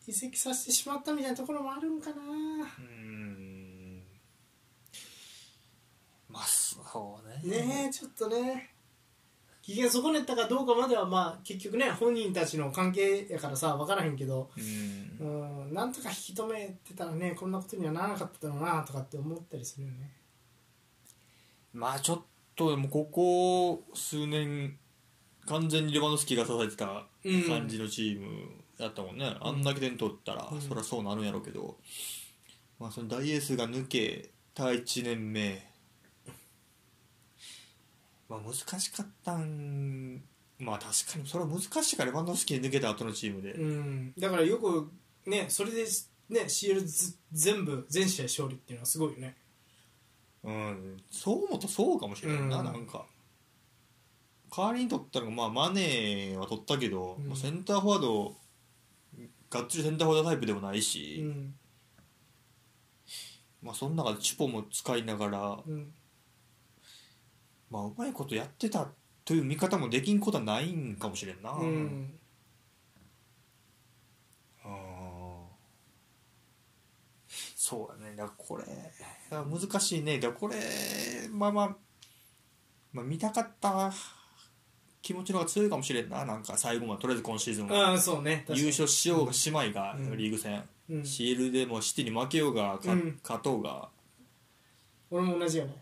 Speaker 1: 移籍させてしまったみたいなところもあるんかな
Speaker 2: うんまあそうね
Speaker 1: ねえちょっとね機嫌損ねたかどうかまではまあ結局ね本人たちの関係やからさ分からへんけど
Speaker 2: うん
Speaker 1: うん、なんとか引き止めてたらねこんなことにはならなかっただろうなとかって思ったりするよね
Speaker 2: まあちょっとでもここ数年完全にレバノフスキーが支えてた感じのチームだったもんね、あんだけ点取ったら、
Speaker 1: うん
Speaker 2: そりゃそうなるんやろうけど、まあ、その大エースが抜けた1年目、まあ、難しかったんまあ確かにそれは難しいからレバノフスキー抜けた後のチームで、
Speaker 1: うんだからよくねそれでね CL ず全部全試合勝利っていうのはすごいよね
Speaker 2: うん、そう思うとそうかもしれないな、
Speaker 1: うん
Speaker 2: なんか代わりに取ったのが、まあ、マネーは取ったけど、
Speaker 1: うん
Speaker 2: まあセンターフォワードがっつりセンターフォワードタイプでもないうし、
Speaker 1: ん
Speaker 2: まあ、その中でチュポも使いながら、
Speaker 1: うん
Speaker 2: まあ、うまいことやってたという見方もできんことはないんかもしれんな、
Speaker 1: う
Speaker 2: うん
Speaker 1: ん
Speaker 2: そうだねだからこれあ難しいねだからこれまあまあ、まあ、見たかった気持ちの方が強いかもしれんななんか最後までとりあえず今シーズンは
Speaker 1: ああそうね確かに
Speaker 2: 優勝しようがしまいが、
Speaker 1: うん
Speaker 2: リーグ戦、
Speaker 1: うん、
Speaker 2: シールでもシティに負けようがか
Speaker 1: うん
Speaker 2: 勝とうが
Speaker 1: 俺も同じやね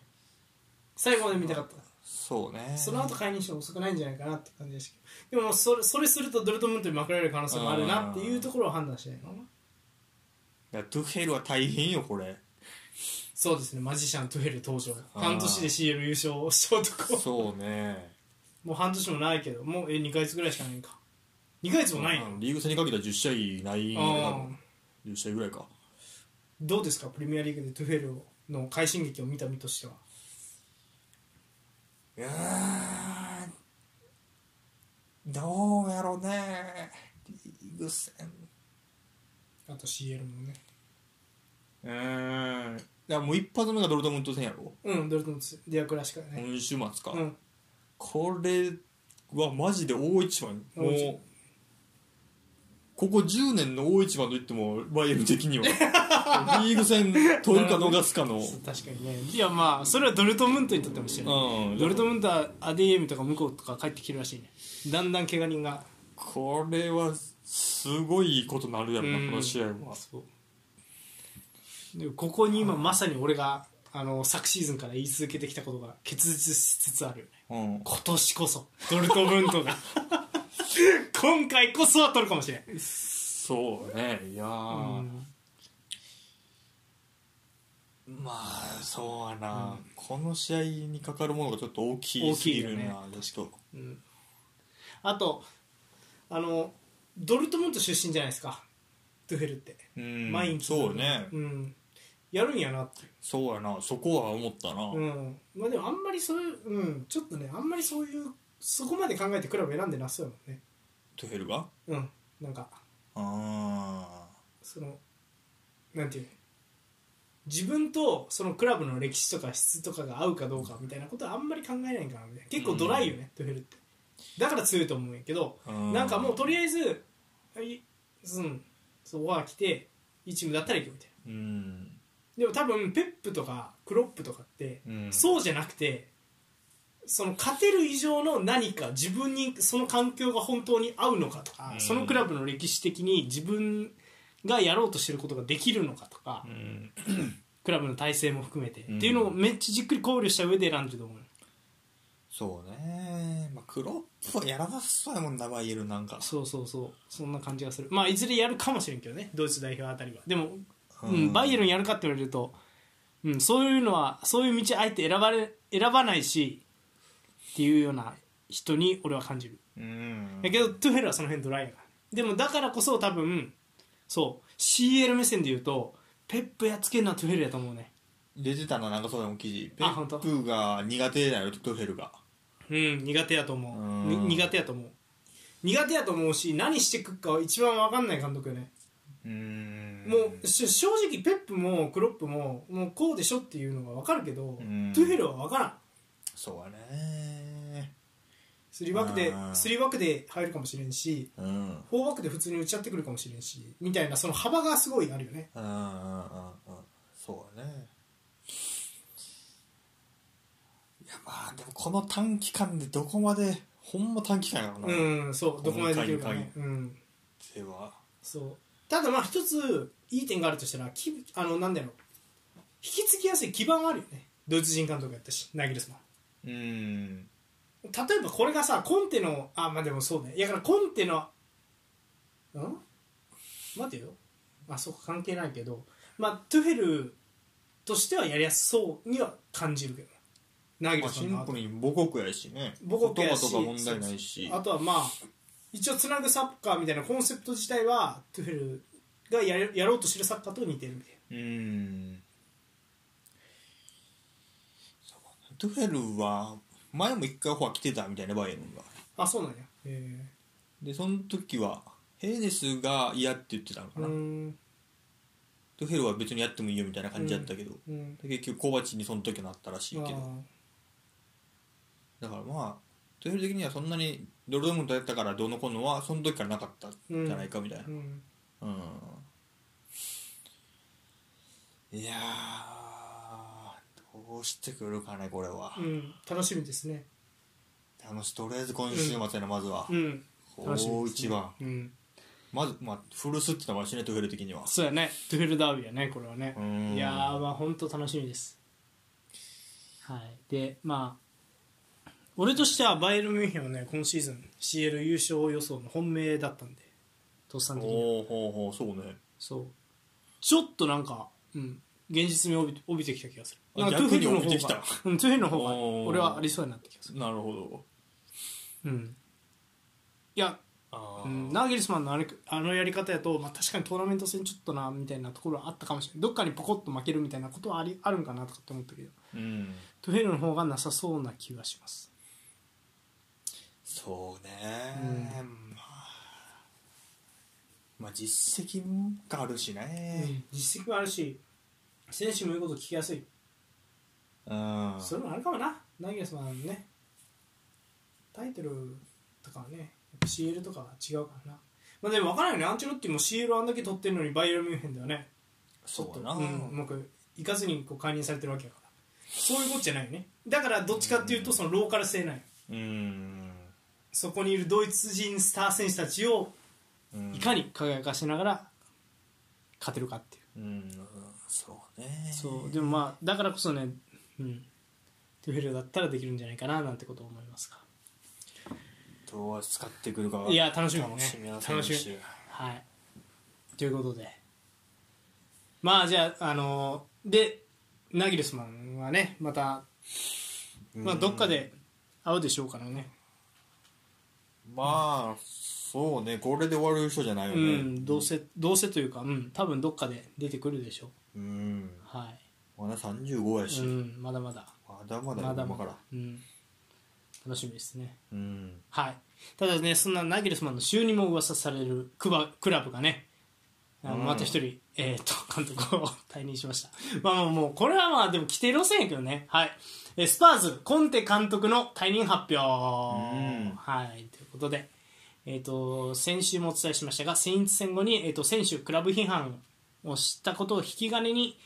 Speaker 1: 最後まで見たかった
Speaker 2: そうね
Speaker 1: その後介入しても遅くないんじゃないかなって感じでしたけどでもそれそれするとドルトムントにまくられる可能性もあるなっていうところを判断してないのかない
Speaker 2: やトゥヘルは大変よこれ
Speaker 1: そうですねマジシャントゥヘル登場
Speaker 2: あー
Speaker 1: 半年で CL 優勝しちゃうとこ
Speaker 2: そうね
Speaker 1: もう半年もないけどもうえ2ヶ月ぐらいしかないんか2ヶ月もないの、
Speaker 2: うんリーグ戦にかけたら10試合ないんや
Speaker 1: あ
Speaker 2: 多
Speaker 1: ー
Speaker 2: 分10試合ぐらいか
Speaker 1: どうですかプレミアリーグでトゥフェルの快進撃を見た身としてはい
Speaker 2: やーどうやろうねリーグ戦
Speaker 1: あと CL もね
Speaker 2: うーんいやもう一発目がドルトムント戦やろ
Speaker 1: うんドルトムントディアクラシカだね
Speaker 2: 今週末か、
Speaker 1: うん
Speaker 2: これはマジで大一番も
Speaker 1: 大一番
Speaker 2: うここ10年の大一番といってもバイエルン的 にはリーグ戦取るか逃すか の
Speaker 1: 確かにねいやまあそれはドルトムントにとってもしてる
Speaker 2: うん
Speaker 1: ドルトムントはアディエミとか向こうとか帰ってきてるらしいねだんだん怪我人が
Speaker 2: これはすごいことなるやろな、
Speaker 1: うん
Speaker 2: この試合は
Speaker 1: そうでもここに今まさに俺があの昨シーズンから言い続けてきたことが結実しつつあるよね
Speaker 2: うん
Speaker 1: 今年こそドルトムントが 今回こそは取るかもしれん
Speaker 2: そうねいやー
Speaker 1: うん
Speaker 2: まあそうやな、この試合にかかるものがちょっと大きすぎる
Speaker 1: 大きい
Speaker 2: な
Speaker 1: よ
Speaker 2: ちょっと
Speaker 1: うんあとあのドルトムント出身じゃないですかトゥフェルって、
Speaker 2: うん
Speaker 1: マインツ
Speaker 2: そうね、
Speaker 1: うんやるんやなって
Speaker 2: そうやなそこは思ったな、
Speaker 1: うんまあでもあんまりそういううんちょっとねあんまりそういうそこまで考えてクラブ選んでなそうやもんね
Speaker 2: トゥヘルが
Speaker 1: うんなんか
Speaker 2: あ
Speaker 1: そのなんていうの自分とそのクラブの歴史とか質とかが合うかどうかみたいなことはあんまり考えないんかなみたいな結構ドライよね、トゥフェルってだから強いと思うんやけど、
Speaker 2: うん
Speaker 1: なんかもうとりあえずはいうんそうオファー来ていいチームだったら行くみたいな
Speaker 2: ーうん
Speaker 1: でも多分ペップとかクロップとかって、
Speaker 2: うん
Speaker 1: そうじゃなくてその勝てる以上の何か自分にその環境が本当に合うのかとか、
Speaker 2: うん
Speaker 1: そのクラブの歴史的に自分がやろうとしてることができるのかとか、
Speaker 2: うん
Speaker 1: クラブの体制も含めて、
Speaker 2: うん
Speaker 1: っていうのをめっちゃじっくり考慮した上で選んでると思うよ
Speaker 2: そうねまあクロップはやらなさそうやもんなバイエルンなんか
Speaker 1: そうそうそうそんな感じがするまあいずれやるかもしれんけどねドイツ代表あたりはでも、うん
Speaker 2: うん
Speaker 1: バイエルンやるかって言われると、うん、そういうのはそういう道あえて選ばれ選ばないしっていうような人に俺は感じる
Speaker 2: うん
Speaker 1: だけどトゥフェルはその辺ドライやからでもだからこそ多分そう CL 目線で言うとペップやっつけるのはトゥフェルやと思うね
Speaker 2: 出てたななんかそうだもん記事ペ
Speaker 1: あ本当
Speaker 2: ップが苦手だよトゥヘルが
Speaker 1: うん苦手やと思うに
Speaker 2: うん
Speaker 1: 苦手やと思う苦手やと思うし何してくっかは一番分かんない監督よね
Speaker 2: うん
Speaker 1: もうし正直ペップもクロップももうこうでしょっていうのが分かるけど、
Speaker 2: ん
Speaker 1: トゥフェルは分からん
Speaker 2: そうやね
Speaker 1: 3バックで
Speaker 2: あー
Speaker 1: 3バックで入るかもしれんし
Speaker 2: うんうん
Speaker 1: 4バックで普通に打ち合ってくるかもしれんしみたいなその幅がすごいあるよね
Speaker 2: うんうんうんそうやねいやまあでもこの短期間でどこまでほんま短期間やろな、
Speaker 1: う、んそうどこまでできるかね
Speaker 2: 今
Speaker 1: うん
Speaker 2: では
Speaker 1: そうただまあ一ついい点があるとしたらきあのなんだろう引き継ぎやすい基盤はあるよねドイツ人監督やったしナギルスマン
Speaker 2: うん
Speaker 1: 例えばこれがさコンテのあまあでもそうねいやだからコンテのん待てよあそこ関係ないけどまあトゥフェルとしてはやりやすそうには感じるけどナギ
Speaker 2: ま
Speaker 1: ル
Speaker 2: あ、
Speaker 1: さ
Speaker 2: シ
Speaker 1: んの
Speaker 2: ン
Speaker 1: 後
Speaker 2: プルに母国やしね
Speaker 1: 母国やし
Speaker 2: 言葉とか問題ないし
Speaker 1: あとはまあ一応つなぐサッカーみたいなコンセプト自体はトゥフェルがやれやろうとしてるサッカーと似てるみたいな
Speaker 2: うんそうねトゥフェルは前も一回オファー来てたみたいなバイエルンが
Speaker 1: あそうなんやへ
Speaker 2: でその時はヘーデスが嫌って言ってたの
Speaker 1: え
Speaker 2: か
Speaker 1: う
Speaker 2: な、
Speaker 1: ん
Speaker 2: トゥフェルは別にやってもいいよみたいな感じだったけど、
Speaker 1: うん
Speaker 2: で結局コバチにその時はなったらしいけどだからまあトゥフェル的にはそんなにドルドムントやったからどうのこうのはその時からなかったんじゃないかみたいな
Speaker 1: あーうん
Speaker 2: うん、いやーどうしてくるかねこれは、
Speaker 1: うん楽しみですね
Speaker 2: あのとりあえず今週末やなまずは、
Speaker 1: うん楽しみ
Speaker 2: 大
Speaker 1: ですね
Speaker 2: 一番
Speaker 1: うん
Speaker 2: まずまあフルスってのはしねトゥフェル的には
Speaker 1: そうやねトゥフェルダービーやねこれはね
Speaker 2: うん
Speaker 1: いやーまあ本当楽しみですはいでまあ俺としてはバイエルンミュンヘンはね今シーズン CL 優勝予想の本命だったんでとっさん的には
Speaker 2: おーほうほうそうね
Speaker 1: そうちょっとなんか、うん、現実味を帯びて帯びてきた気がする
Speaker 2: あ
Speaker 1: なんかトゥーフィールの
Speaker 2: 逆に帯びて
Speaker 1: 方
Speaker 2: き
Speaker 1: が
Speaker 2: た
Speaker 1: うんトゥーフィールの方が
Speaker 2: おー
Speaker 1: 俺はありそうになってきまする
Speaker 2: なるほど
Speaker 1: うんいや、
Speaker 2: あ
Speaker 1: う
Speaker 2: ー
Speaker 1: ん、ナーゲリスマンのあれあのやり方やと、まあ、確かにトーナメント戦ちょっとなみたいなところはあったかもしれないどっかにポコッと負けるみたいなことはありあるんかなとかって思ったけど
Speaker 2: うん
Speaker 1: トゥーフィールの方がなさそうな気がします
Speaker 2: そうね、まあまあ実績があるしね
Speaker 1: 実績もあるし選手も言うこと聞きやすい
Speaker 2: うん、
Speaker 1: それもあるかもなナイゲスマンねタイトルとかはねやっぱ CL とかは違うからなまあでも分からんよねアンチェロッティも CL あんだけ取ってるのにバイエルンミュンヘンではね
Speaker 2: そう
Speaker 1: ちょっ
Speaker 2: や
Speaker 1: と
Speaker 2: な、
Speaker 1: うんうまくいかずにこう解任されてるわけやからそういうことじゃないよねだからどっちかっていうとそのローカル性ない
Speaker 2: うん
Speaker 1: そこにいるドイツ人スター選手たちを
Speaker 2: うん
Speaker 1: いかに輝かしながら勝てるかっていう
Speaker 2: うんそうね
Speaker 1: そうでもまあだからこそねうんトゥフェルだったらできるんじゃないかななんてことを思いますが
Speaker 2: どう使ってくるか
Speaker 1: いや楽しみだね
Speaker 2: 楽しみな
Speaker 1: 楽しみはいということでまあじゃああのでナギルスマンはねまた、
Speaker 2: み
Speaker 1: まあ、どっかで会うでしょうからね
Speaker 2: まあそうねこれで終わる人じゃないよ
Speaker 1: う
Speaker 2: ね
Speaker 1: んどうせどうせというかうん多分どっかで出てくるでしょう
Speaker 2: うん
Speaker 1: は
Speaker 2: まだ35や
Speaker 1: い、
Speaker 2: し、
Speaker 1: うん、まだまだ
Speaker 2: まだまだ
Speaker 1: まだ
Speaker 2: 今
Speaker 1: ま
Speaker 2: か
Speaker 1: だ
Speaker 2: ら、
Speaker 1: うん、楽しみですね
Speaker 2: うん
Speaker 1: はい、ただね、そんなナギルスマンの就任も噂されるクバクラブがね、あの
Speaker 2: うん
Speaker 1: また一人、えー、と監督を退任しました。 まあ、まあもうこれはまあでも規定路線やけどね、はいえースパーズ、コンテ監督の退任発表、
Speaker 2: ん
Speaker 1: はいということで、えー、と先週もお伝えしましたが、先日戦後に、えー、と選手、クラブ批判をしたことを引き金に、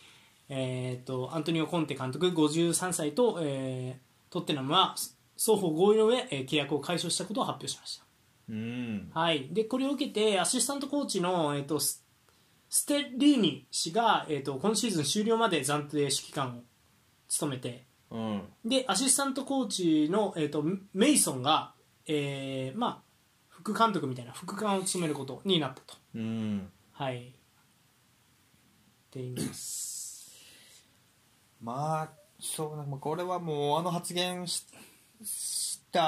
Speaker 1: えー、とアントニオ・コンテ監督53歳と、えートッテナムは双方合意の上、えー契約を解消したことを発表しました。
Speaker 2: うん
Speaker 1: はい、でこれを受けてアシスタントコーチの、えー、とスステリーニ氏が、えー、と今シーズン終了まで暫定指揮官を務めて
Speaker 2: うん
Speaker 1: でアシスタントコーチの、えー、とメイソンが、えーまあ、副監督みたいな副官を務めることになったと。
Speaker 2: うん
Speaker 1: はいって言います
Speaker 2: まあそうな、まあ、これはもうあの発言しした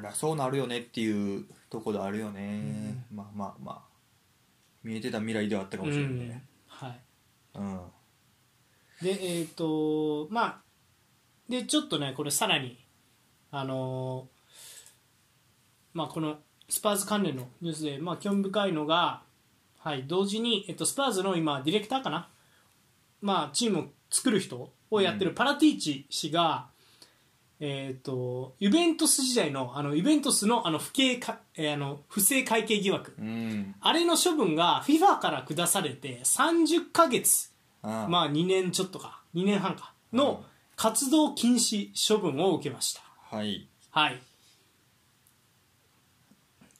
Speaker 2: らそうなるよねっていうところあるよね、まあまあまあ見えてた未来ではあったかもしれないね
Speaker 1: はい
Speaker 2: うん
Speaker 1: でえっ、とまあでちょっとねこれさらにあのーまあこのスパーズ関連のニュースで、まあ、興味深いのが、はい、同時に、えっと、スパーズの今ディレクターかな、まあ、チームを作る人をやってるパラティーチ氏が、えっとユベントス時代のあのユベントスのあの不敬か、えーあの不正会計疑惑
Speaker 2: うん
Speaker 1: あれの処分が FIFA から下されて30ヶ月
Speaker 2: あ
Speaker 1: まあ2年ちょっとか2年半かの活動禁止処分を受けました
Speaker 2: はい
Speaker 1: はい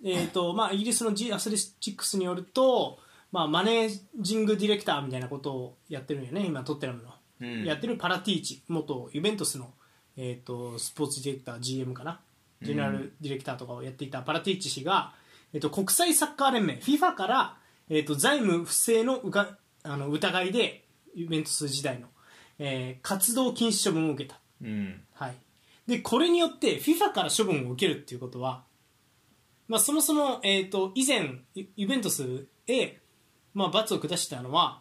Speaker 1: えーとまあ、イギリスの G アスレチックスによると、まあ、マネージングディレクターみたいなことをやってるんよね今トッテナムの、
Speaker 2: うん
Speaker 1: やってるパラティーチ元ユベントスの、えー、とスポーツディレクター GM かなジェネラルディレクターとかをやっていたパラティーチ氏が、えー、と国際サッカー連盟 FIFA から、えー、と財務不正のうかあの疑いでユベントス時代の、えー活動禁止処分を受けた
Speaker 2: うん
Speaker 1: はい、でこれによって FIFA から処分を受けるっていうことは、まあ、そもそも、えー、と以前ユユベントスへ、まあ、罰を下したのは、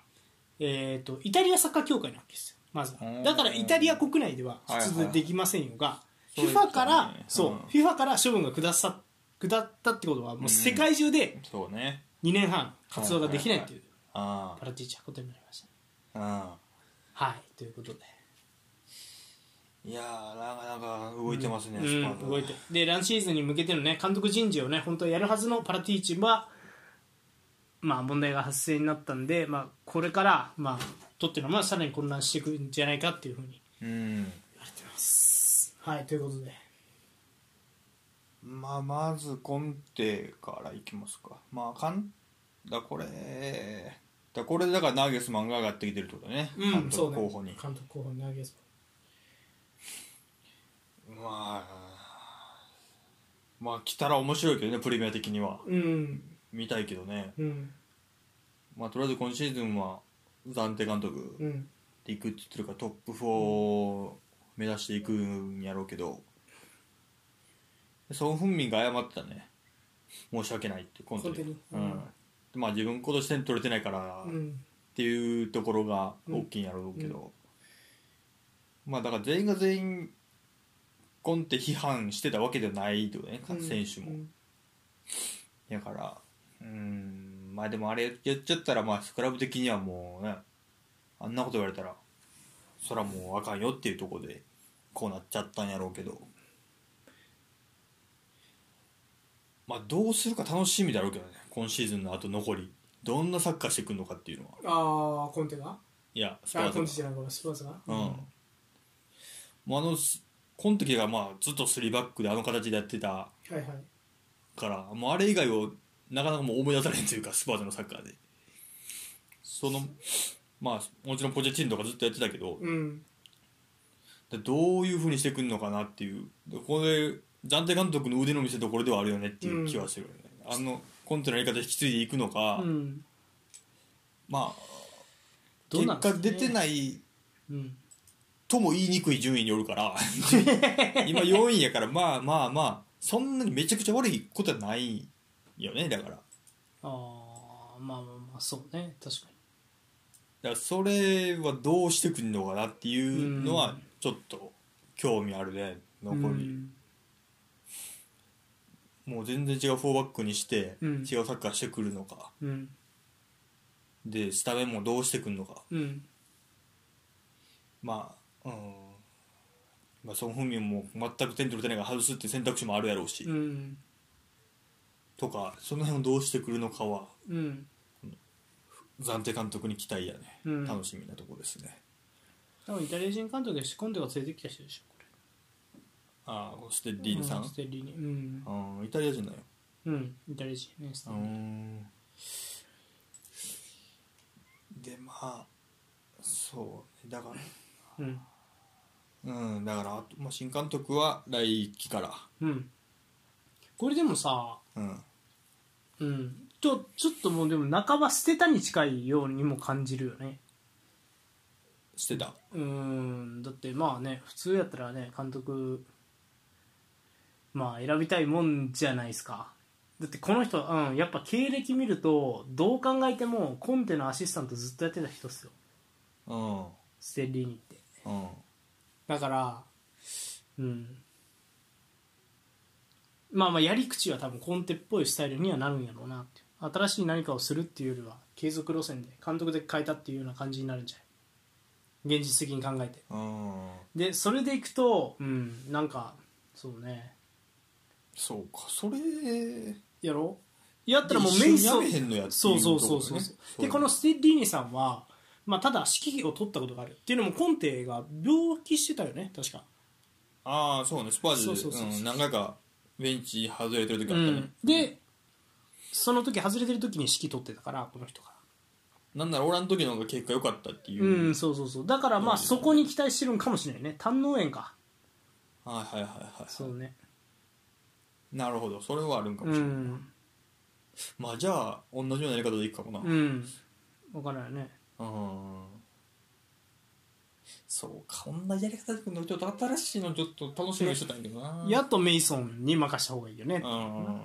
Speaker 1: えー、とイタリアサッカー協会なわけですよまずは
Speaker 2: うん
Speaker 1: だからイタリア国内では
Speaker 2: はいはい
Speaker 1: 出場できませんよが、
Speaker 2: そうですよね
Speaker 1: FIFA からそう、
Speaker 2: うん
Speaker 1: FIFA から処分が下さ下ったってことはもう世界中で
Speaker 2: そうね
Speaker 1: 2年半活動ができないという
Speaker 2: あ
Speaker 1: パラティーチャーことになりましたね
Speaker 2: あああ
Speaker 1: はいということで。
Speaker 2: いやーなかなか動いてますね、
Speaker 1: うん
Speaker 2: スパーズは
Speaker 1: 動いてでランシーズンに向けてのね監督人事をね本当はやるはずのパラティーチはまあ問題が発生になったんでまあこれからまあとってのまあさらに混乱していくんじゃないかっていうふうに
Speaker 2: うん
Speaker 1: 言われてますはいということで
Speaker 2: まあ、まずコンテからいきますか。まあ、かんだこれ、だこれでだからナーゲスマンが上がってきてるってことね。監督候補に。
Speaker 1: 監督候補に投げます
Speaker 2: まあ、まあ来たら面白いけどねプレミア的には
Speaker 1: うん
Speaker 2: 見たいけどね
Speaker 1: うん
Speaker 2: まあとりあえず今シーズンは暫定監督
Speaker 1: うん
Speaker 2: でいくって言ってるからトップ4を目指していくんやろうけどソン・フンミンが謝ってたね申し訳ないってコント
Speaker 1: コント
Speaker 2: に
Speaker 1: に、
Speaker 2: う
Speaker 1: うんん
Speaker 2: でまあ自分今年点取れてないから、
Speaker 1: うん
Speaker 2: っていうところが大きいんやろうけど、まあだから全員が全員コンテ批判してたわけではないってことね、
Speaker 1: うん
Speaker 2: 選手も、
Speaker 1: うん
Speaker 2: だからうんまあでもあれやっちゃったらまあスクラブ的にはもうねあんなこと言われたらそらもうあかんよっていうところでこうなっちゃったんやろうけどまあどうするか楽しみだろうけどね今シーズンのあと残りどんなサッカーしてくるのかっていうのは
Speaker 1: ああコンテが
Speaker 2: いやス
Speaker 1: あ
Speaker 2: パ
Speaker 1: コン
Speaker 2: ー
Speaker 1: テ
Speaker 2: ズ
Speaker 1: じゃないごめんスパーズが
Speaker 2: うん、もうあのすコンテがまあずっと3バックであの形でやってた
Speaker 1: はいはい
Speaker 2: からもうあれ以外をなかなかもう思い出されんというかスパーズのサッカーでそのまあもちろんポチェチンとかずっとやってたけど
Speaker 1: うん
Speaker 2: でどういうふうにしてくるのかなっていうでここで暫定監督の腕の見せ所ではあるよねっていう気はするよね、あのコンテのやり方引き継いでいくのか、
Speaker 1: うん
Speaker 2: まあ
Speaker 1: どう
Speaker 2: 結
Speaker 1: なんですか
Speaker 2: 果
Speaker 1: ね
Speaker 2: 出てない
Speaker 1: うん
Speaker 2: とも言いにくい順位によるから 今4位やからまあまあまあそんなにめちゃくちゃ悪いことはないよねだからだか
Speaker 1: ああまあまあまあそうね確かに
Speaker 2: らそれはどうしてくんのかなっていうの
Speaker 1: う
Speaker 2: は
Speaker 1: ん
Speaker 2: ちょっと興味あるね残り、もう全然違う4バックにして
Speaker 1: うん
Speaker 2: 違うサッカーしてくるのか
Speaker 1: うん
Speaker 2: でスタメンもどうしてくんのか
Speaker 1: うん
Speaker 2: まあうんまあそのフミも全く点取れてないから外すって選択肢もあるやろうし、
Speaker 1: うん
Speaker 2: とかその辺をどうしてくるのかは
Speaker 1: うん
Speaker 2: 暫定監督に期待やね、
Speaker 1: うん
Speaker 2: 楽しみなとこですね
Speaker 1: 多分イタリア人監督でしコンテが連れてきた人でしょこれ
Speaker 2: ああそしてディーンさん
Speaker 1: うん、ステッリーニうん
Speaker 2: うんイタリア人だよ
Speaker 1: うんイタリア人ねステッリーニ
Speaker 2: んでまあそうねだか
Speaker 1: うん
Speaker 2: らうんだからあと、まあ、新監督は来期から
Speaker 1: うんこれでもさ
Speaker 2: うん
Speaker 1: うんちょちょっともうでも半ば捨てたに近いようにも感じるよね
Speaker 2: してた
Speaker 1: うーんだってまあね普通やったらね監督まあ選びたいもんじゃないですかだってこの人、うん、やっぱ経歴見るとどう考えてもコンテのアシスタントずっとやってた人っすよ
Speaker 2: うんうん
Speaker 1: ステッリーニってだからうんまあまあやり口は多分コンテっぽいスタイルにはなるんやろうなっていう新しい何かをするっていうよりは継続路線で監督で変えたっていうような感じになるんじゃない現実的に考えて
Speaker 2: うん
Speaker 1: でそれでいくとうんなんかそうね
Speaker 2: そうかそれ
Speaker 1: やろやったらもうメイ
Speaker 2: 一
Speaker 1: ソ
Speaker 2: 緒にやめへんのやっていう
Speaker 1: そうそうそう
Speaker 2: とこ
Speaker 1: そう
Speaker 2: ね
Speaker 1: でこのステッリーニさんは、まあ、ただ指揮を取ったことがあるっていうのもコンテが病気してたよね確か
Speaker 2: ああそうねスパーズで
Speaker 1: そうそうそうそう
Speaker 2: うん何回かベンチ外れてる時あ
Speaker 1: う
Speaker 2: ったね、
Speaker 1: ん、でその時外れてる時に指揮取ってたからこの人が
Speaker 2: なんなら俺らの時の方が結果良かったっていう、
Speaker 1: うん、そうそうそうだからまあそこに期待してるんかもしれないね胆の園か
Speaker 2: はいはいはいはい
Speaker 1: そうね
Speaker 2: なるほどそれはあるんかも
Speaker 1: う
Speaker 2: しれない、
Speaker 1: ん
Speaker 2: まあじゃあ同じようなやり方でいくかもな
Speaker 1: うん分からないね
Speaker 2: うんそうか同じやり方でいくのちょっと新しいのちょっと楽しみにしてたんやけどな
Speaker 1: やっとメイソンに任した方がいいよね、
Speaker 2: うん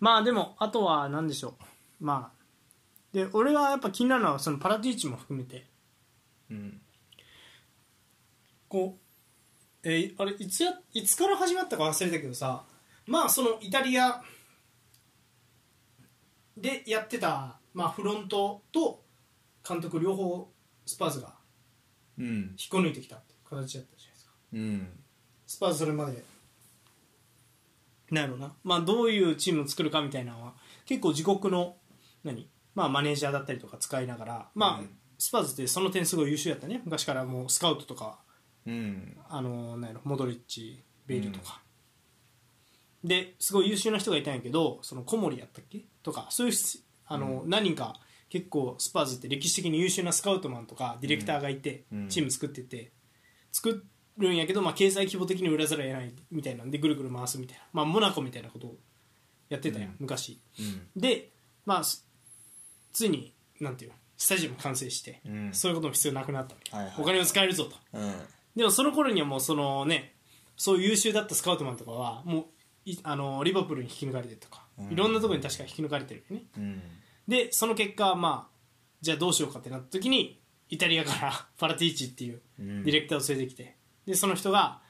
Speaker 1: まあでもあとは何でしょうまあで俺はやっぱ気になるのはそのパラティーチも含めて
Speaker 2: うん
Speaker 1: こうえーあれいつやいつから始まったか忘れたけどさまあそのイタリアでやってた、まあ、フロントと監督両方スパーズが
Speaker 2: うん
Speaker 1: 引っこ抜いてきたっていう形だったじゃないですか
Speaker 2: うん
Speaker 1: スパーズそれまでなんやろうな、まあ、どういうチームを作るかみたいなのは結構自国の何、まあ、マネージャーだったりとか使いながら、まあ
Speaker 2: うん
Speaker 1: スパーズってその点すごい優秀やったね昔からもうスカウトとか
Speaker 2: うん
Speaker 1: あのなんやろモドリッチベイルとか、ですごい優秀な人がいたんやけどその小森やったっけとかそういうしあの、何人か結構スパーズって歴史的に優秀なスカウトマンとかディレクターがいて、
Speaker 2: うん
Speaker 1: チーム作ってて作っるんやけど、まあ、経済規模的に売らざるを得ないみたいなんでぐるぐる回すみたいな、まあ、モナコみたいなことをやってたやん、
Speaker 2: うん
Speaker 1: 昔
Speaker 2: うん
Speaker 1: でまあすついになんていうのスタジアム完成して、
Speaker 2: うん
Speaker 1: そういうことも必要なくなったわけ、
Speaker 2: はいはい
Speaker 1: お金を使えるぞと
Speaker 2: うん
Speaker 1: でもその頃にはもうそのねそういう優秀だったスカウトマンとかはもういあのリバプールに引き抜かれてとか、
Speaker 2: うん
Speaker 1: いろんなところに確か引き抜かれてるよね
Speaker 2: うん
Speaker 1: でその結果まあじゃあどうしようかってなった時にイタリアから パラティーチっていう
Speaker 2: う
Speaker 1: デ
Speaker 2: ん
Speaker 1: ィレクターを連れてきて、でその人が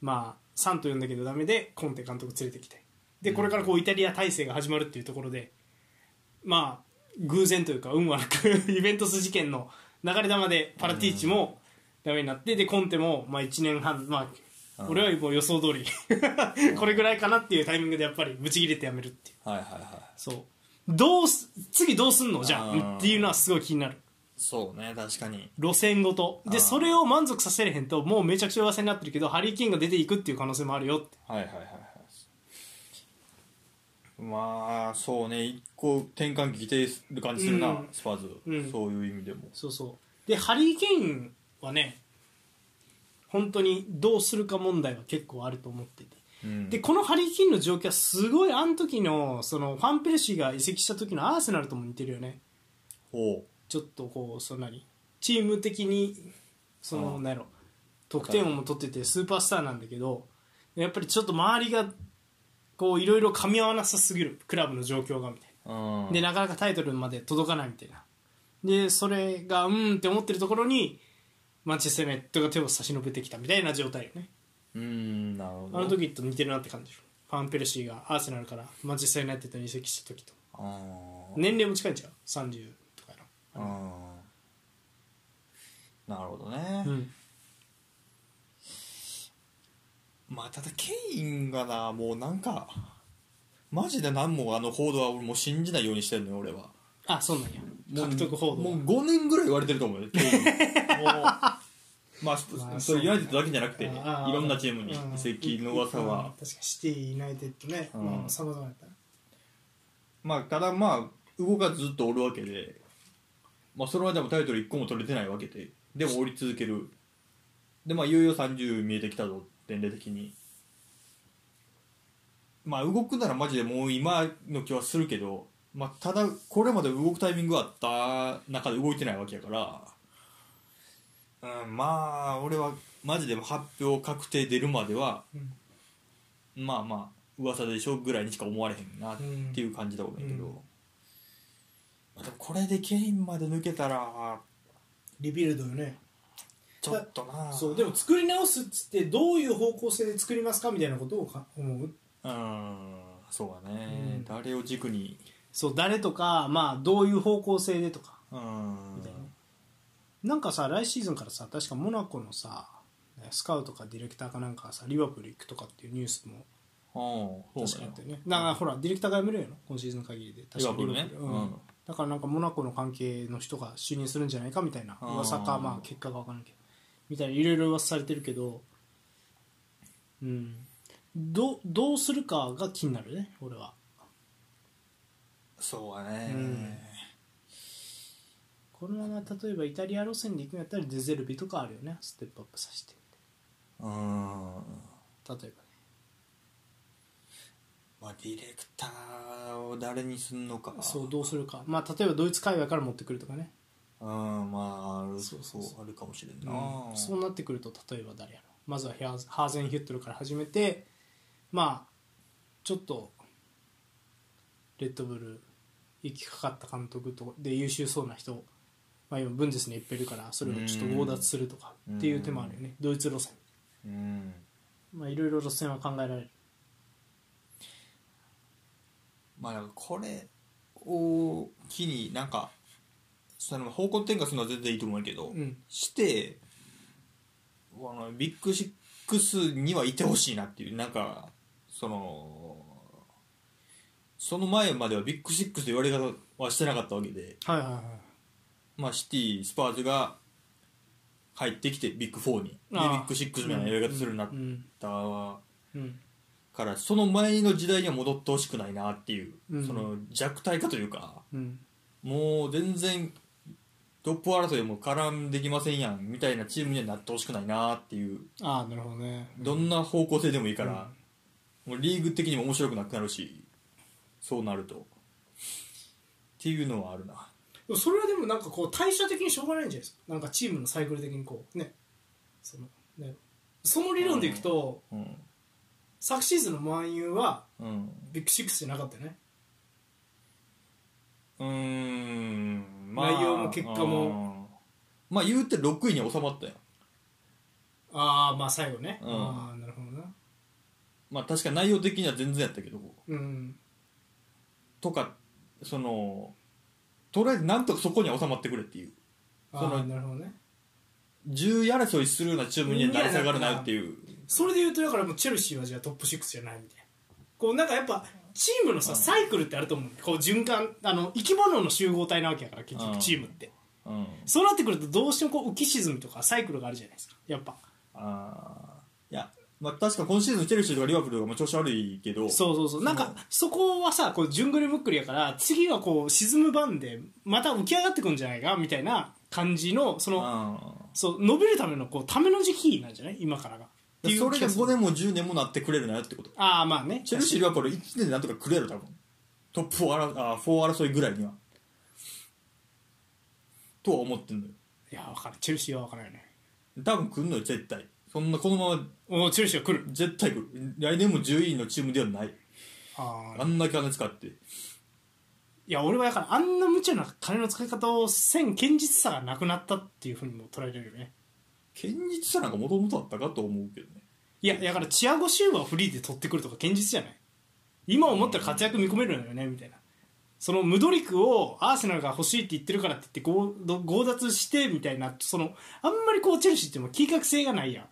Speaker 1: まあサンと呼んだけどダメでコンテ監督連れてきてでこれからこうイタリア体制が始まるっていうところでまあ偶然というか運悪く イベントス事件の流れ玉でパラティーチもダメになってでコンテもまあ1年半まあ俺はもう予想通りこれぐらいかなっていうタイミングでやっぱりブチ切れてやめるっていう
Speaker 2: はいはいはい
Speaker 1: そうどうす次どうすんのじゃ
Speaker 2: あー
Speaker 1: あっていうのはすごい気になる
Speaker 2: そうね確かに
Speaker 1: 路線ごと
Speaker 2: あー
Speaker 1: でそれを満足させれへんともうめちゃくちゃ噂になってるけどハリー・ケインが出ていくっていう可能性もあるよって
Speaker 2: はいはいはいはいまあそうね一個転換期来てる感じするな、
Speaker 1: うん
Speaker 2: スパーズ、
Speaker 1: うん
Speaker 2: そういう意味でも
Speaker 1: そうそうでハリー・ケインはね本当にどうするか問題は結構あると思ってて
Speaker 2: うん
Speaker 1: でこのハリー・ケインの状況はすごいあの時のそのファン・ペルシーが移籍した時のアーセナルとも似てるよね
Speaker 2: ほ
Speaker 1: ちょっとこうその何チーム的にその
Speaker 2: うん、
Speaker 1: 何やろ得点王も取っててスーパースターなんだけどやっぱりちょっと周りがこういろいろ噛み合わなさすぎるクラブの状況がみたいう
Speaker 2: うん、
Speaker 1: なでなかなかタイトルまで届かないみたいなでそれがうんって思ってるところにマンチェスター・ユナイトが手を差し伸べてきたみたいな状態よね
Speaker 2: うんなるほど
Speaker 1: あの時と似てるなって感じるファン・ペルシーがアーセナルからマンチェスター・ユナイテッドに移籍した時と
Speaker 2: あー
Speaker 1: 年齢も近いんちゃう30とかや
Speaker 2: うんなるほどね、
Speaker 1: ろうん
Speaker 2: まあただケインがなもうなんかマジで何もあの報道は俺もう信じないようにしてるのよ俺は
Speaker 1: あそうなんや
Speaker 2: もう
Speaker 1: 獲得報道
Speaker 2: もう5年ぐらい言われてると思うよケインもうまあそ
Speaker 1: まあ
Speaker 2: それ
Speaker 1: そう
Speaker 2: ユナイテッドだけじゃなくてい
Speaker 1: あー
Speaker 2: ろんなチームに
Speaker 1: うん
Speaker 2: 移籍の噂
Speaker 1: うん
Speaker 2: は
Speaker 1: 確かにシティユナイテッドね
Speaker 2: うん
Speaker 1: まあ様々やったな
Speaker 2: まあただまあ動かずずっとおるわけでまあそれまでもタイトル1個も取れてないわけででも追り続けるでまあいよいよ30見えてきたぞ年齢的にまあ動くならマジでもう今の気はするけどまあただこれまで動くタイミングがあった中で動いてないわけやからうんまあ俺はマジで発表確定出るまでは
Speaker 1: うん
Speaker 2: まあまあ噂でしょぐらいにしか思われへんなっていう感じだ俺やけど、
Speaker 1: うん
Speaker 2: まあでもこれでケインまで抜けたら
Speaker 1: リビルドよね
Speaker 2: ちょっとな
Speaker 1: そうでも作り直すっつってどういう方向性で作りますかみたいなことをか思う
Speaker 2: うんそうだね、
Speaker 1: うん
Speaker 2: 誰を軸に
Speaker 1: そう誰とかまあどういう方向性でとか
Speaker 2: うん
Speaker 1: みたいななんかさ来シーズンからさ確かモナコのさスカウトかディレクターかなんかがさリバプール行くとかっていうニュースも
Speaker 2: うん
Speaker 1: 確
Speaker 2: そう
Speaker 1: かあ
Speaker 2: だよ
Speaker 1: ったよねだからほらディレクターが辞めるやろ今シーズン限りで確か
Speaker 2: リバプールね
Speaker 1: リバプールうん
Speaker 2: うん
Speaker 1: だからなんかモナコの関係の人が就任するんじゃないかみたいな噂
Speaker 2: あ
Speaker 1: か
Speaker 2: ー
Speaker 1: まあ結果が分からんけどみたいないろいろ噂されてるけどうんどどうするかが気になるね俺は
Speaker 2: そうだね、
Speaker 1: うんこのまま例えばイタリア路線で行くんやったらデゼルビとかあるよねステップアップさせて
Speaker 2: うん
Speaker 1: 例えばね
Speaker 2: まあ、ディレクターを誰にすんのか
Speaker 1: そうどうするかまあ例えばドイツ海外から持ってくるとかね
Speaker 2: うんまあある
Speaker 1: そう
Speaker 2: そ
Speaker 1: そうう
Speaker 2: あるかもしれんな、
Speaker 1: そうなってくると例えば誰やろまずはヘアハーゼンヒュットルから始めてまあちょっとレッドブル行きかかった監督とで優秀そうな人、まあ、今ブンデスにいっぱいいるからそれをちょっと強奪するとかっていう手もあるよねドイツ路線
Speaker 2: うん
Speaker 1: まあいろいろ路線は考えられる
Speaker 2: まあなんかこれを機になんかその方向転換するのは全然いいと思うけど、
Speaker 1: うん
Speaker 2: してあのビッグシックスにはいてほしいなっていうなんかそのその前まではビッグシックスと言われ方はしてなかったわけで、
Speaker 1: はいはいはい
Speaker 2: まあ、シティスパーズが入ってきてビッグ4にでビ
Speaker 1: ああ
Speaker 2: ッグシックスみたいなやり方するようになっ
Speaker 1: うん
Speaker 2: た
Speaker 1: うん
Speaker 2: からその前の時代には戻ってほしくないなっていう、
Speaker 1: うん
Speaker 2: その弱体化というか
Speaker 1: うん
Speaker 2: もう全然トップ争いも絡んできませんやんみたいなチームにはなってほしくないなっていう
Speaker 1: ああなるほどね
Speaker 2: どんな方向性でもいいから、もうリーグ的にも面白くなくなるしそうなるとっていうのはあるな
Speaker 1: でもそれはでもなんかこう対照的にしょうがないんじゃないですかなんかチームのサイクル的にこうねそのねその理論でいくと、
Speaker 2: うん
Speaker 1: 昨シーズンの満遊は
Speaker 2: うん
Speaker 1: ビッグシックスじゃなかったよね
Speaker 2: うーん
Speaker 1: 内容も結果も
Speaker 2: うんまあ言うて6位に収まったよ
Speaker 1: ああまあ最後ね、
Speaker 2: うん
Speaker 1: ああなるほどな
Speaker 2: まあ確か内容的には全然やったけど
Speaker 1: うん
Speaker 2: とかそのとりあえずなんとかそこには収まってくれっていう
Speaker 1: あ
Speaker 2: その
Speaker 1: あなるほどね
Speaker 2: 10位争いするようなチームにはなり下がるなっていう
Speaker 1: それで言うとだからもうチェルシーはじゃあトップ6じゃないみたいなこうなんかやっぱチームのさサイクルってあると思うこう循環あの生き物の集合体なわけやから結
Speaker 2: う
Speaker 1: 局
Speaker 2: ん
Speaker 1: チームって
Speaker 2: うん
Speaker 1: そうなってくるとどうしてもこう浮き沈みとかサイクルがあるじゃないですかやっぱ
Speaker 2: あーいや、まあ、確か今シーズンチェルシーとかリバプールがもう調子悪いけど
Speaker 1: そうそうそうなんかそこはさこうじゅんぐりむっくりやから次はこう沈む番でまた浮き上がってくんじゃないかみたいな感じのその
Speaker 2: う
Speaker 1: そう伸びるためのこうための時期なんじゃない今からがって
Speaker 2: ん
Speaker 1: い
Speaker 2: で
Speaker 1: う
Speaker 2: それ
Speaker 1: 気
Speaker 2: が
Speaker 1: がす
Speaker 2: 5
Speaker 1: る
Speaker 2: 年も10年もなってくれるなよってこと
Speaker 1: ああまあね
Speaker 2: チェルシーリバプール1年でなんとかくれる多分トップ4争あー4争いぐらいにはとは思ってんのよ
Speaker 1: いやわかるチェルシーは分からないね
Speaker 2: 多分来るのよ絶対そんなこのまま
Speaker 1: おーチェルシーは来る
Speaker 2: 絶対来る来年も10位のチームではない
Speaker 1: あ
Speaker 2: あんな金使って
Speaker 1: いや俺はだからあんな無茶な金の使い方をせん堅実さがなくなったっていうふうにも捉えられるよね
Speaker 2: 堅実さなんかもともとあったかと思うけどね
Speaker 1: いやだからチアゴ・シューバーをフリーで取ってくるとか堅実じゃない今思ったら活躍見込めるのよねみたいなそのムドリクをアーセナルが欲しいって言ってるからって言って強奪強奪してみたいなそのあんまりこうチェルシーっても計画性がないや